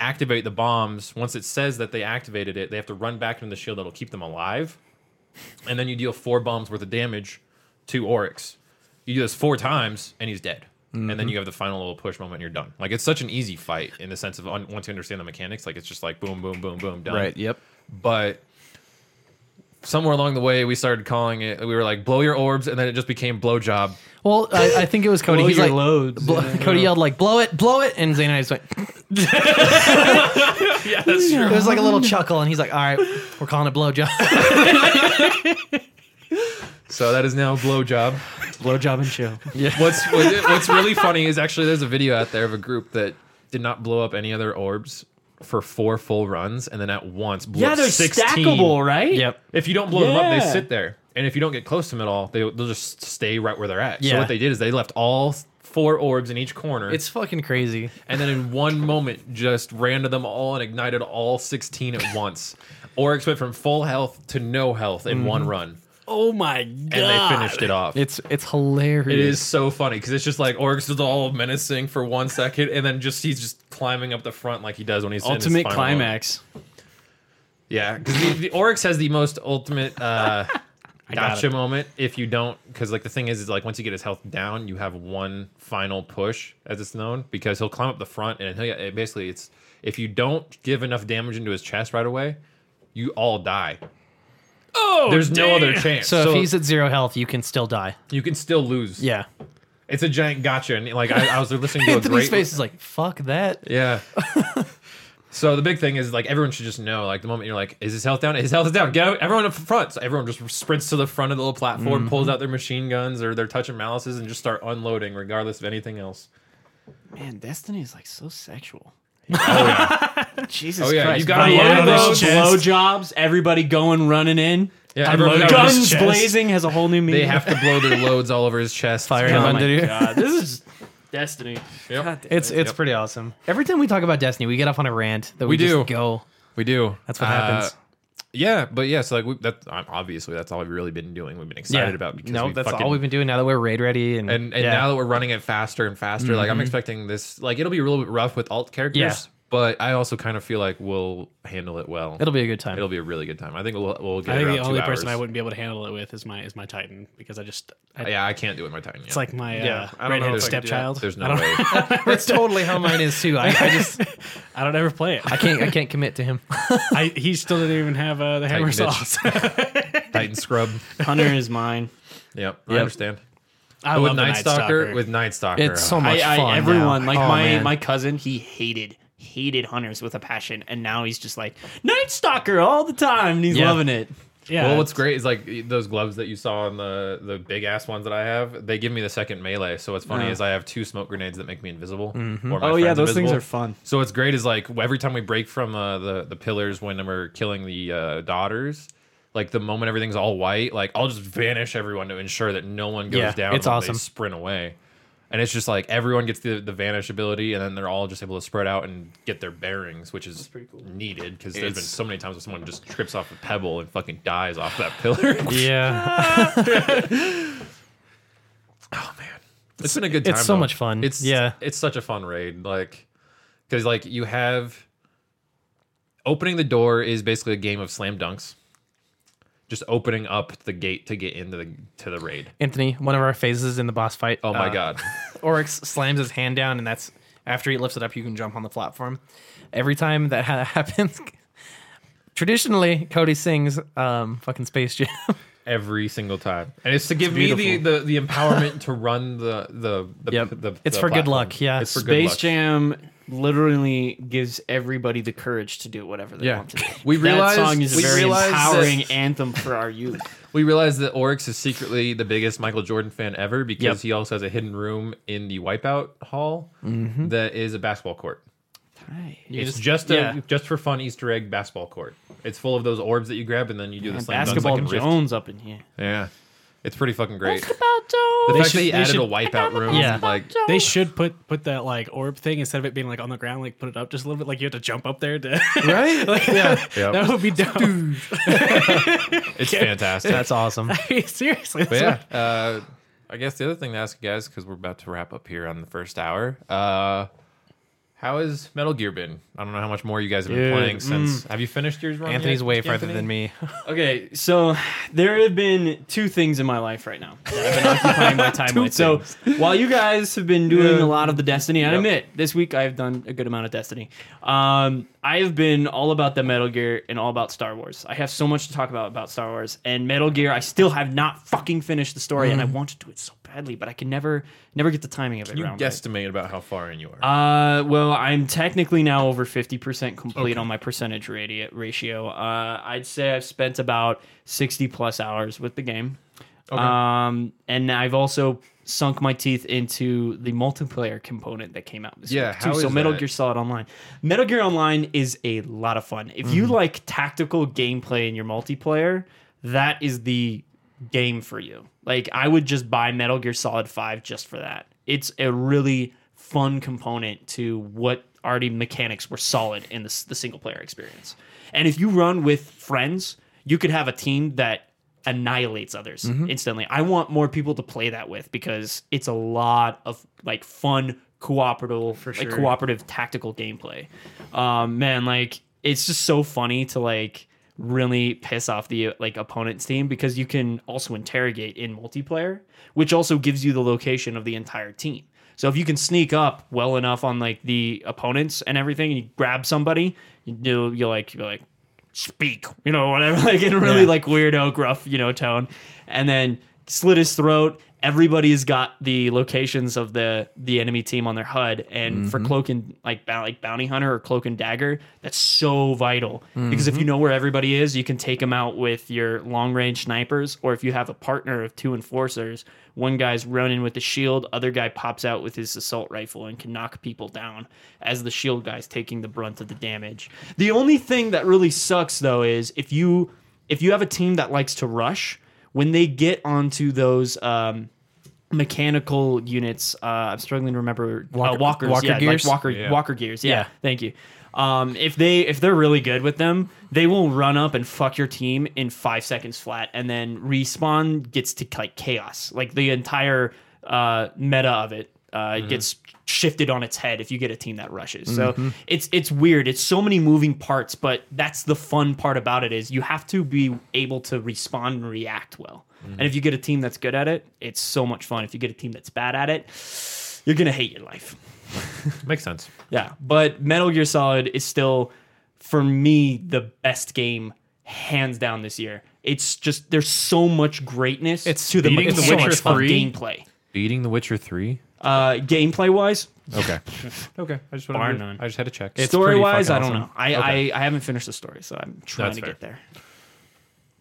B: activate the bombs. Once it says that they activated it, they have to run back into the shield that'll keep them alive. And then you deal four bombs worth of damage to Oryx. You do this four times and he's dead. And then you have the final little push moment and you're done. Like it's such an easy fight in the sense of un- once you understand the mechanics, like it's just like boom, boom, boom, boom, done
A: Yep.
B: but somewhere along the way we started calling it we were like blow your orbs and then it just became blow job
A: Well, I, I think it was Cody.
C: Blow
A: He's
C: your
A: like,
C: loads.
A: blo- Cody yelled like, "Blow it, blow it!" And Zayn and I just went.
B: <laughs> yeah that's true
A: It was like a little chuckle, and he's like, "All right, we're calling it blowjob, <laughs>
B: so that is now blow job
C: Blowjob and chill.
B: what's what- what's really funny is actually there's a video out there of a group that did not blow up any other orbs for four full runs and then at once blew
C: Yeah,
B: up
C: they're
B: 16.
C: stackable, right?
A: Yep.
B: if you don't blow them up they
C: Yeah.
B: sit there and if you don't get close to them at all they, they'll just stay right where they're at so
A: Yeah.
B: what they did is they left all four orbs in each corner
A: It's fucking crazy.
B: and then in one moment just ran to them all and ignited all 16 at once. Oryx went from full health to no health in one run,
D: Oh my
B: and
D: god.
B: they finished it off.
A: It's it's hilarious.
B: It is so funny because it's just like Oryx is all menacing for one second, and then just he's just climbing up the front like he does when he's in his
D: Ultimate
B: final
D: climax.
B: run. Yeah, because the, the Oryx has the most ultimate
D: <laughs>
B: uh,
D: got
B: gotcha
D: it.
B: moment. If you don't, because like the thing is, is like once you get his health down, you have one final push, as it's known, because he'll climb up the front and he'll, it basically it's if you don't give enough damage into his chest right away, you all die.
D: Oh,
B: There's no other
D: damn.
B: chance.
A: So, if he's at zero health, you can still die.
B: you can still lose.
A: Yeah.
B: it's a
D: <laughs>
B: giant gotcha, and like I, I was listening to a
A: Anthony's
B: great <laughs>
A: face is like, "Fuck that."
B: Yeah. So the big thing is like everyone should just know like the moment you're like, is his health down? His health is down. Get out, everyone up front. So everyone just sprints to the front of the little platform, pulls out their machine guns or their touch and malices, and just start unloading regardless of anything else.
C: Man, Destiny is like so sexual.
B: <laughs> Oh yeah,
C: Jesus
B: oh yeah.
C: Christ.
B: You got to
D: Yeah,
B: load
D: on
B: those.
D: this
C: Blow- blowjobs, everybody going running in.
B: Yeah, everyone
D: loading
B: got-
D: his
C: Guns
D: chest.
C: blazing has a whole new meaning.
B: They have to blow their loads all over his chest.
A: Firing
C: Oh
A: him
C: my
A: under you.
C: God, this is Destiny.
B: Yep.
A: It's it's pretty awesome. Every time we talk about Destiny, we get off on a rant that we,
B: We do.
A: just go.
B: We do.
A: That's what
B: Uh,
A: happens.
B: Yeah, but yeah, so like we, that um, obviously that's all we've really been doing. We've been excited about because
A: no,
B: we
A: that's
B: fucking,
A: all we've been doing now that we're raid ready and
B: and and
A: yeah.
B: now that we're running it faster and faster, like
D: Mm-hmm.
B: I'm expecting this like it'll be a little bit rough with alt characters,
A: Yeah.
B: but I also kind of feel like we'll handle it well.
A: it'll be a good time.
B: It'll be a really good time. I think we'll we'll get
D: I think
B: around
D: the only
B: two
D: person
B: hours. Uh,
D: I wouldn't be able to handle it with is my is my Titan because I just I,
B: Yeah, I can't do it with my Titan.
D: it's like my
A: Yeah, I
D: uh,
A: don't know if I could
D: redheaded
A: do that.
D: stepchild.
B: there's
D: I
B: no
D: don't,
B: way.
A: That's totally how mine is too. I, I just
D: I don't ever play it.
A: I
D: I,
A: can't I can't commit to him.
D: he still didn't even have uh, the hammer
B: Titan bitch.
D: sauce.
B: <laughs> Titan scrub.
C: Hunter is mine.
B: Yep, I
A: Yep.
B: understand.
D: I
B: But Oh, with
D: love the
B: Night Stalker, with Night Stalker,
A: It's so
B: uh,
A: much
C: I,
A: fun.
C: I, everyone,
A: now.
C: like
A: Oh,
C: my
A: man.
C: my cousin, he hated hated hunters with a passion, and now he's just like Night Stalker all the time, and he's
A: Yeah.
C: loving it.
D: yeah.
B: Well, what's great is like those gloves that you saw on the the big ass ones that I have. They give me the second melee. So what's funny
C: Yeah.
B: is I have two smoke grenades that make me invisible.
D: Mm-hmm.
B: or my
C: Oh yeah,
B: friend's
C: those things
B: invisible.
C: are fun.
B: So what's great is like every time we break from uh, the the pillars when we're killing the uh, daughters. Like the moment everything's all white, like I'll just vanish everyone to ensure that no one goes
A: Yeah,
B: down.
A: it's
B: when
A: awesome.
B: They sprint away, and it's just like everyone gets the, the vanish ability, and then they're all just able to spread out and get their bearings, which is needed because there's been so many times where someone just trips off a pebble and fucking dies off that <laughs> pillar.
A: <laughs> yeah,
B: it's been a good time.
A: it's so
B: though.
A: much fun.
B: It's
A: Yeah.
B: it's such a fun raid. Like because like you have opening the door is basically a game of slam dunks. Just opening up the gate to get into the to the raid.
A: Anthony, one of our phases in the boss fight.
B: Oh my
A: uh,
B: <laughs> god.
A: Oryx slams his hand down, and that's after he lifts it up. You can jump on the platform. Every time that <laughs> ha- happens, traditionally Cody sings um, "fucking Space Jam."
B: Every single time. And it's to give me the, the the empowerment to run the the the,
A: Yep.
B: the, the
A: It's for good luck, yeah.
B: It's for good
C: Space
B: luck.
C: Jam literally gives everybody the courage to do whatever they
B: Yeah.
C: want to do.
B: We realized-
C: that song is a
B: we
C: very
B: realized that-
C: empowering anthem for our youth.
B: We realize that Oryx is secretly the biggest Michael Jordan fan ever because
A: Yep.
B: he also has a hidden room in the Wipeout Hall that is a basketball court. it's
A: just-
B: just, a
A: yeah.
B: just for fun Easter egg basketball court. It's full of those orbs that you grab and then you do the
C: And
B: slam dunks
C: basketball
B: like in Rift.
C: Jones up in here.
B: Yeah, it's pretty fucking great.
C: Basketball
B: The
C: Jones.
B: fact that
D: should-
B: he
D: they
B: added
D: should-
B: a wipeout room,
A: Yeah.
B: like
D: they should put put that like orb thing instead of it being like on the ground, like put it up just a little bit. Like you have to jump up there to <laughs>
A: <laughs> right? yeah,
B: Yep. <laughs>
D: that would be dope. <laughs>
B: it's fantastic.
A: that's awesome.
D: Seriously,
B: But
D: that's what-
B: yeah, uh, I guess the other thing to ask you guys because we're about to wrap up here on the first hour. Uh, how has Metal Gear been? I don't know how much more you guys have been
C: Dude,
B: playing since. Have you finished yours? Ron,
A: Anthony's
B: yet?
A: way farther
B: Anthony?
A: than me. <laughs>
C: Okay, so there have been two things in my life right now that I've been
B: <laughs>
C: occupying my time with. So while you guys have been doing a lot of the Destiny, I admit this week I've done a good amount of Destiny. Um, I have been all about the Metal Gear and all about Star Wars. I have so much to talk about about Star Wars and Metal Gear. I still have not fucking finished the story, and I want to do it so badly, but I can never, never get the timing of it.
B: You
C: around right.
B: guesstimate about how far in you are.
C: Uh, well, I'm technically now over 50% complete on my percentage radi- ratio. Uh, I'd say I've spent about 60 plus hours with the game. Um, and I've also sunk my teeth into the multiplayer component that came out this
B: Yeah,
C: week too.
B: how
C: so
B: is
C: Metal
B: that?
C: Gear Solid Online. Metal Gear Online is a lot of fun. If you like tactical gameplay in your multiplayer, that is the game for you. Like I would just buy Metal Gear Solid 5 just for that. It's a really fun component to what already mechanics were solid in the, the single player experience. And if you run with friends, you could have a team that annihilates others instantly. I want more people to play that with because it's a lot of like fun cooperative like cooperative tactical gameplay. Um man, like it's just so funny to like really piss off the like opponent's team because you can also interrogate in multiplayer, which also gives you the location of the entire team. So if you can sneak up well enough on like the opponents and everything, and you grab somebody, you do you like you're like speak, you <laughs> know, whatever, like in a really like weirdo, gruff, you know, tone, and then slit his throat, everybody's got the locations of the the enemy team on their HUD, and for cloak and like bou- like bounty hunter or cloak and dagger, that's so vital because if you know where everybody is, you can take them out with your long range snipers, or if you have a partner of two enforcers, one guy's running with the shield, other guy pops out with his assault rifle and can knock people down as the shield guy's taking the brunt of the damage. The only thing that really sucks though is if you if you have a team that likes to rush when they get onto those um, mechanical units, uh, I'm struggling to remember walker, uh, walkers,
A: walker
C: yeah, like
A: gears?
C: walker
B: Yeah.
C: walker gears, yeah.
A: Yeah.
C: Thank you. Um, if they if they're really good with them, they will run up and fuck your team in five seconds flat, and then respawn gets to like chaos. Like the entire uh, meta of it uh, gets shifted on its head if you get a team that rushes. So it's it's weird. It's so many moving parts, but that's the fun part about it is you have to be able to respond and react well. And if you get a team that's good at it, it's so much fun. If you get a team that's bad at it, you're gonna hate your life.
B: Makes sense.
C: Yeah, but Metal Gear Solid is still, for me, the best game hands down this year. It's just there's so much greatness.
D: It's
C: to the,
D: beating
C: it's
D: The
C: so
D: Witcher
C: much fun
D: 3.
C: gameplay.
B: Beating The Witcher three.
C: Uh, gameplay wise,
B: Okay. okay. I just wanted
C: Bar
B: to-
C: none.
B: I just had to check.
C: story wise, I don't know.
B: I,
C: I, I I haven't finished the story, so I'm trying
B: That's
C: to
B: fair.
C: get there.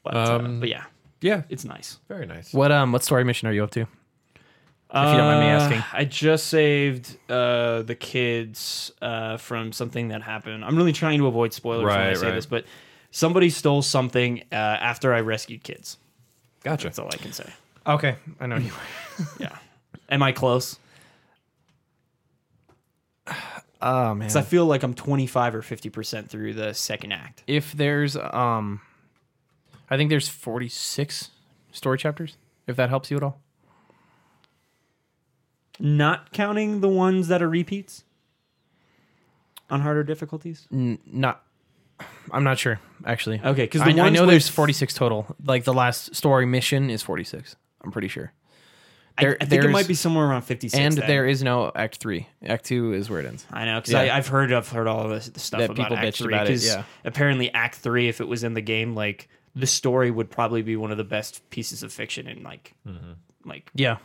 C: But, uh,
B: Um,
C: but yeah,
B: yeah.
C: it's nice.
B: Very nice.
A: What um what story mission are you up to? If you don't mind me asking.
C: Uh, I just saved uh, the kids uh, from something that happened. I'm really trying to avoid spoilers when I
B: Right,
C: say
B: right.
C: this, but somebody stole something uh, after I rescued kids.
B: Gotcha.
C: That's all I can say.
A: Okay, I know you.
C: Yeah. Am I close?
A: <sighs> Oh man.
C: Because I feel like I'm 25 or 50% through the second act.
A: <laughs> if there's um I think there's 46 story chapters if that helps you at all.
C: Not counting the ones that are repeats on harder difficulties.
A: N- not I'm not sure actually.
C: Okay, because
A: I,
C: the
A: I
C: ones
A: know
C: with-
A: there's 46 total. Like the last story mission is 46. I'm pretty sure.
C: I,
A: There-
C: I think it
A: there's-
C: might be somewhere around 56.
A: and
C: then.
A: there is no Act Three. Act Two is where it ends.
C: I know because
A: Yeah.
C: I've heard I've heard all of this the stuff
A: That
C: about
A: people
C: Act
A: bitched
C: Three.
A: about it,
C: 'cause
A: yeah.
C: apparently Act Three, if it was in the game, like the story would probably be one of the best pieces of fiction in like
A: Mm-hmm.
C: like
A: Yeah,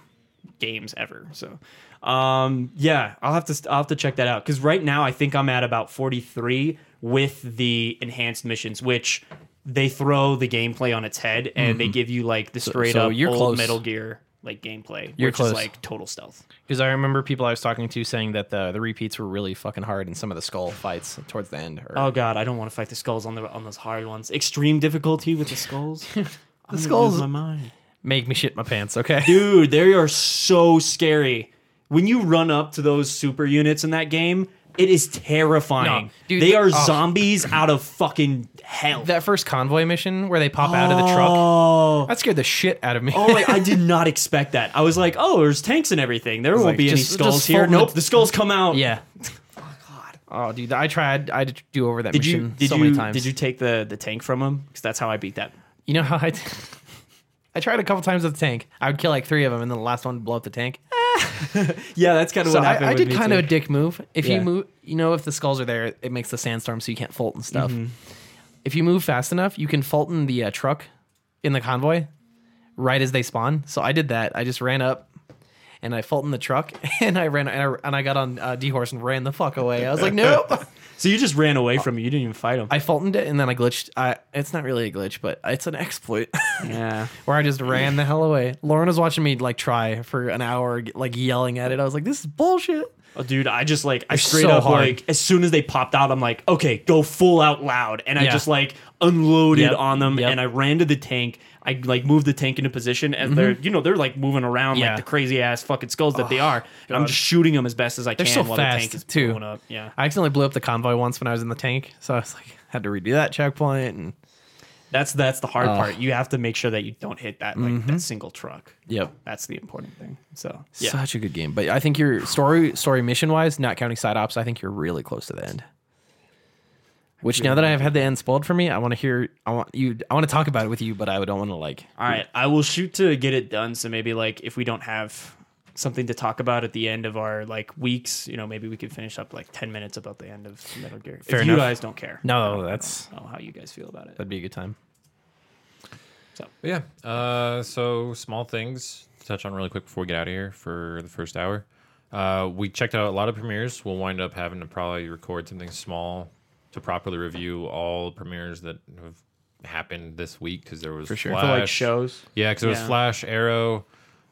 C: games ever. So, um, yeah, I'll have to st- I'll have to check that out because right now I think I'm at about 43 with the enhanced missions, which they throw the gameplay on its head and they give you like the straight
A: Mm-hmm. so
C: up
A: you're
C: old
A: close.
C: Metal Gear like gameplay,
A: You're
C: which
A: close.
C: is like total stealth.
A: because I remember people I was talking to saying that the the repeats were really fucking hard, and some of the skull fights towards the end. Are,
C: Oh god, I don't want to fight the skulls on the on those hard ones. Extreme difficulty with the skulls. the
A: skulls-
C: my mind.
A: make me shit my pants. <laughs> Okay.
C: Dude, they are so scary. When you run up to those super units in that game, it is terrifying.
A: No, dude,
C: they
A: the-
C: are
A: oh.
C: zombies out of fucking hell.
A: That first convoy mission where they pop out of the truck,
C: Oh.
A: that scared the shit out of me.
C: Oh, like, I <laughs> did not expect that. I was like, "Oh, there's tanks and everything. There won't
A: like,
C: be any
A: just-
C: skulls
A: just
C: here."
A: folding
C: Nope,
A: the-
C: the skulls come
A: <laughs>
C: out.
A: yeah. Oh god. Oh dude, I tried. I did do over that
C: Did
A: mission
C: you did
A: so
C: you
A: many times.
C: did you take the the tank from him? Because that's how I beat that.
A: You know how I? <laughs> T- I tried a couple times with the tank. I would kill like three of them, and then the last one would blow up the tank.
C: Yeah, that's kind of
A: So
C: what happened.
A: I, I
C: with
A: did
C: me
A: kind
C: too.
A: of a dick move. If
C: Yeah.
A: you move, you know, if the skulls are there, it makes the sandstorm, so you can't fault and stuff.
C: Mm-hmm.
A: If you move fast enough, you can fault in the uh, truck in the convoy right as they spawn. So I did that. I just ran up and I fault in the truck <laughs> and I ran and I, and I got on uh, D horse and ran the fuck away. I was
C: <laughs>
A: like, nope.
C: So you just ran away from it. You didn't even fight him.
A: I faulted it and then I glitched. I, it's not really a glitch, but it's an exploit <laughs>
C: yeah.
A: where I just ran the hell away. Lauren was watching me like try for an hour, like yelling at it. I was like, this is bullshit.
C: Oh, dude, I just like I straight
A: so
C: up
A: hard.
C: like as soon as they popped out, I'm like, okay, go full out loud, and I
A: Yeah.
C: just like unloaded
A: Yep,
C: on them,
A: yep.
C: and I ran to the tank. I like moved the tank into position, and they're you know they're like moving around
A: Mm-hmm. Yeah. Oh,
C: like the crazy ass fucking skulls that they are, and I'm just shooting them as best as I
A: They're
C: can
A: so
C: while the
A: fast
C: tank is
A: too.
C: blowing up. Yeah,
A: I accidentally blew up the convoy once when I was in the tank, so I was like, had to redo that checkpoint. And
C: that's that's the hard part. You have to make sure that you don't hit that like
A: Mm-hmm.
C: that single truck.
A: yep,
C: That's the important thing. So yeah,
A: such a good game. But I think your story, story mission wise, not counting side ops, I think you're really close to the end. Which now that I have had the end spoiled for me, I want to hear. I want you. I want to talk about it with you, but I don't want to like.
C: All right, I will shoot to get it done. So maybe like if we don't have something to talk about at the end of our like weeks, you know, maybe we could finish up like ten minutes about the end of Metal Gear. if
A: Fair
C: you
A: enough.
C: guys don't care,
A: No, that's
C: I don't know how you guys feel about it.
A: that'd be a good time.
B: But yeah. Uh, so small things to touch on really quick before we get out of here for the first hour. Uh, we checked out a lot of premieres. We'll wind up having to probably record something small to properly review all premieres that have happened this week because there was for
A: sure.
B: Flash.
A: For,
C: like shows.
B: Yeah, because it was
C: Yeah.
B: Flash, Arrow,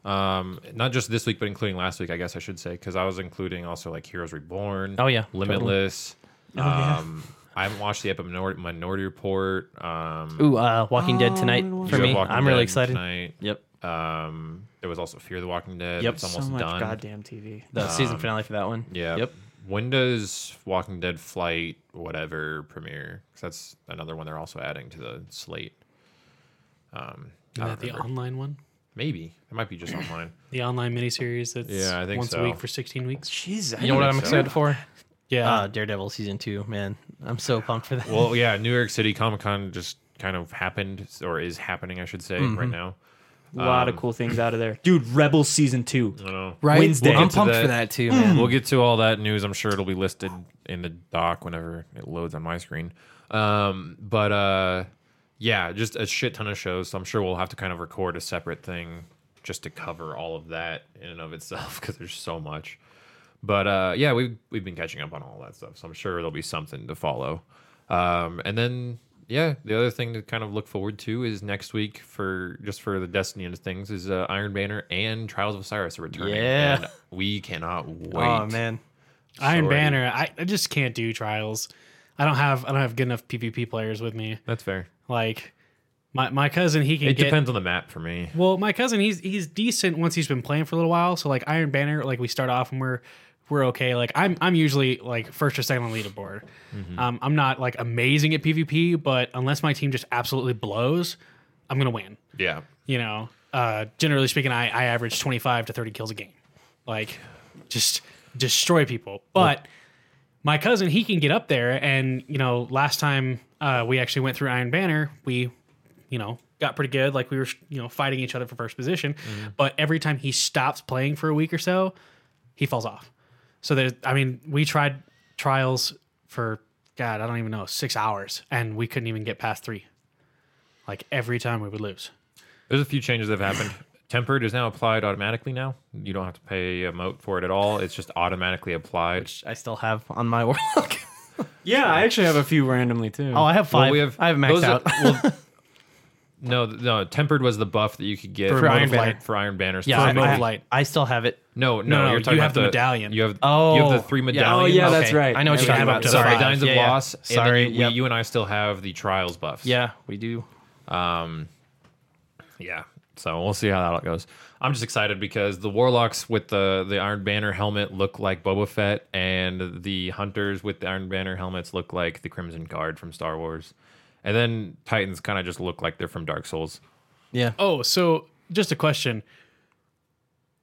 B: um, not just this week, but including last week, I guess I should say, because I was including also like Heroes Reborn.
A: Oh, yeah, totally.
B: Limitless. um, I haven't watched the episode Minority, Minority Report. Um,
A: Ooh, uh, Walking Dead tonight for
B: you have
A: me.
B: Oh, Walking
A: I'm really
B: Dead
A: excited.
B: Tonight.
A: Yep.
B: Um, there was also Fear the Walking Dead.
A: Yep.
B: it's almost done.
C: goddamn TV.
A: The season finale for that one.
B: Um, Yeah.
A: Yep.
B: When does Walking Dead Flight whatever premiere? 'Cause that's another one they're also adding to the slate. Um, I
D: that
B: don't
D: the
B: remember.
D: online one?
B: maybe it might be just online.
D: The online miniseries that's
B: Yeah, I think
D: once
B: so.
D: a week for 16 weeks?
C: Jeez, I
A: You know what
C: didn't-
A: I'm excited for?
D: Yeah.
B: Ah,
A: Uh, Daredevil season two. Man, I'm so pumped for that.
B: Well, yeah, New York City Comic Con just kind of happened or is happening, I should say, right now.
C: a lot of cool things out of there, dude. Rebel season
B: <clears throat>
C: two.
B: I don't know.
A: right?
C: Wednesday.
A: I'm
B: to
A: pumped
B: that.
A: for that too, man.
B: We'll get to all that news. I'm sure it'll be listed in the doc whenever it loads on my screen. Um, but uh, yeah, just a shit ton of shows. So I'm sure we'll have to kind of record a separate thing just to cover all of that in and of itself <laughs> because there's so much. But uh, yeah, we've we've been catching up on all that stuff, so I'm sure there'll be something to follow. Um, and then yeah, the other thing to kind of look forward to is next week for just for the Destiny and things is uh, Iron Banner and Trials of Osiris are returning.
A: Yeah.
B: and we cannot wait.
A: Oh man,
D: Iron
B: Sorry.
D: Banner. I, I just can't do trials. I don't have I don't have good enough PvP players with me.
B: that's fair.
D: Like my, my cousin, he can
B: It
D: get
B: depends on the map for me.
D: Well, my cousin, he's he's decent once he's been playing for a little while. So like Iron Banner, like we start off and we're we're okay. Like I'm I'm usually like first or second on the leaderboard.
B: Mm-hmm.
D: Um, I'm not like amazing at PvP, but unless my team just absolutely blows, I'm gonna win.
B: Yeah,
D: You know, uh, generally speaking, I I average 25 to 30 kills a game. Like just destroy people. But my cousin, he can get up there, and you know, last time uh, we actually went through Iron Banner, we you know, got pretty good. Like we were, you know, fighting each other for first position. But every time he stops playing for a week or so, he falls off. So there's, I mean, we tried trials for God, I don't even know, six hours, and we couldn't even get past three. Like every time we would lose.
B: there's a few changes that have happened. <coughs> Tempered is now applied automatically. Now you don't have to pay a moat for it at all. It's just automatically applied.
A: I still have on my <laughs> warlock.
C: Yeah, I actually have a few randomly too.
A: oh, I have
B: Well,
A: five.
B: we have
A: I have maxed
B: those are-
A: out. <laughs>
B: <laughs> well, no, no. Tempered was the buff that you could get
A: For Iron Banner.
B: for Iron Banners.
A: yeah, I,
D: Remote
A: I,
D: light.
A: I still have it.
B: No, no,
D: No, no,
B: you're talking
D: you
B: about
D: have the medallion.
B: You have
A: Oh,
B: you have the three
A: yeah.
B: medallions.
A: Oh,
C: yeah,
A: Okay.
C: that's right.
A: I know what you're
C: Yeah, we
A: talking
C: have
A: about.
C: up to
B: the
A: Sorry,
C: five.
B: medallions of
A: Yeah, yeah.
B: loss.
A: Sorry,
B: and then you,
A: yep.
B: we, you and I still have the trials buffs.
A: Yeah, we do.
B: yeah. So we'll see how that goes. I'm just excited because the warlocks with the the Iron Banner helmet look like Boba Fett, and the hunters with the Iron Banner helmets look like the Crimson Guard from Star Wars, and then Titans kind of just look like they're from Dark Souls.
A: Yeah.
D: Oh, so just a question.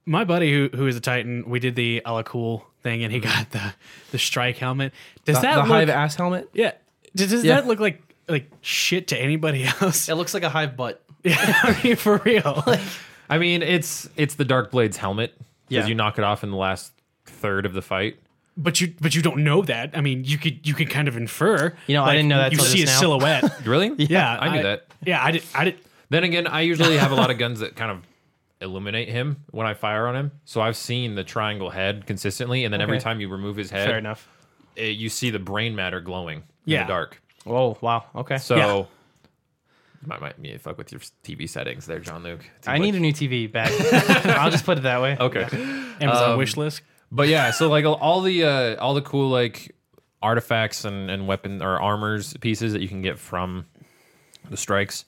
D: My buddy who who is a Titan, we did the a la cool thing, and he got the the strike helmet. Does
A: Mm-hmm. The,
D: that
A: the
D: look?
A: hive ass helmet.
D: yeah. Does, does
A: Yeah.
D: that look like like shit to anybody else?
A: It looks like a hive butt.
D: <laughs> I mean, for
A: <laughs>
D: real.
B: I mean, it's it's the Dark Blade's helmet because
A: Yeah.
B: you knock it off in the last third of the fight.
D: but you but you don't know that. I mean, you could you could kind of infer.
A: You know, I didn't know that
D: You
A: till
D: see
A: just
D: a
A: now. <laughs>
D: silhouette.
B: Really?
D: yeah,
B: I knew that.
D: Yeah, I did. I did.
B: Then again, I usually have a lot of guns that kind of illuminate him when I fire on him. So I've seen the triangle head consistently, and then every
A: Okay.
B: time you remove his head,
A: Fair enough.
B: eh, you see the brain matter glowing in
D: Yeah.
B: the dark.
A: Whoa. Wow. Okay.
B: So
D: Yeah.
B: might might need to fuck with your TV settings there, John Luke.
A: I need a new TV
B: <laughs>
A: back. I'll just put it that way.
B: okay.
D: Amazon
B: Um,
D: wish list.
B: but yeah, so like all the uh, all the cool like artifacts and and weapon or armors pieces that you can get from the strikes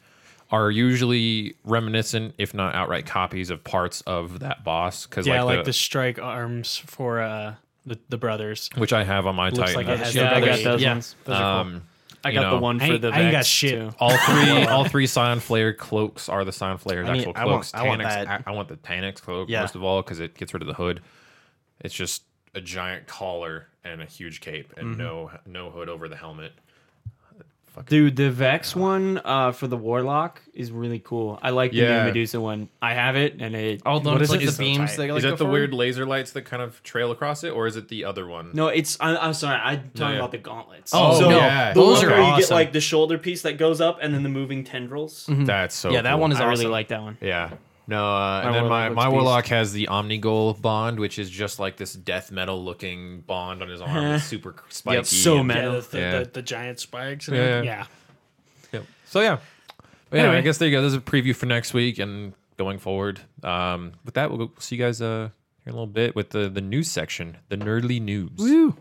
B: are usually reminiscent, if not outright copies of parts of that boss. Because
D: Yeah, like, the strike arms for uh the the brothers.
B: which I have on my
D: Looks
B: Titan.
D: like it has
C: Yeah, I got
D: Blade.
C: those
A: Yeah.
C: ones.
B: um,
C: I
B: you
C: got
B: know,
C: the one
D: I
C: for
D: ain't-
C: the.
D: I ain't got
C: Vex,
D: shit.
C: too.
A: <laughs>
B: all three, all three Scion Flare cloaks are the Scion Flare's
A: I mean,
B: actual
A: I want-
B: cloaks.
A: I want
B: Tanix-
A: that.
B: I, I want the Tanix cloak
A: Yeah.
B: first of all because it gets rid of the hood. It's just
A: Mm-hmm.
B: a giant collar and a huge cape and no no hood over the helmet.
C: Dude, the Vex one uh, for the Warlock is really cool. I like the
B: Yeah.
C: new Medusa one. I have it, and it.
A: All the
D: What is
A: like
D: it?
A: the
D: It's so
A: beams.
D: tight.
A: they, like,
B: is
A: go
B: that the
A: forward?
B: weird laser lights that kind of trail across it, or is it the other one?
C: No, it's. I'm, I'm sorry. I'm talking
B: yeah.
C: about the gauntlets.
A: Oh,
B: So-
A: no.
B: yeah.
C: the
A: Those
C: one
A: are
C: where
A: awesome.
C: you get like the shoulder piece that goes up, and then the moving tendrils.
B: That's so.
A: yeah, that
B: cool.
A: one is
C: Mm-hmm. I really
A: awesome.
C: like that one.
B: Yeah. No, uh, and
C: My
B: then
C: warlock
B: my,
C: looks
B: my
C: beast.
B: warlock has the Omnigol bond, which is just like this death metal looking bond on his
A: <laughs>
B: arm. It's super spiky. E
C: so
B: and-
C: mad.
D: Yeah, the,
C: Metal.
D: the,
B: Yeah.
D: The, the giant spikes. And
B: Yeah.
D: yeah. yeah.
B: Yep. So yeah. But anyway, I
D: Anyway.
B: guess there you go. There's a preview for next week and going forward. Um, with that, we'll go- see you guys uh, here in a little bit with the the news section, the nerdly news.
A: Woo.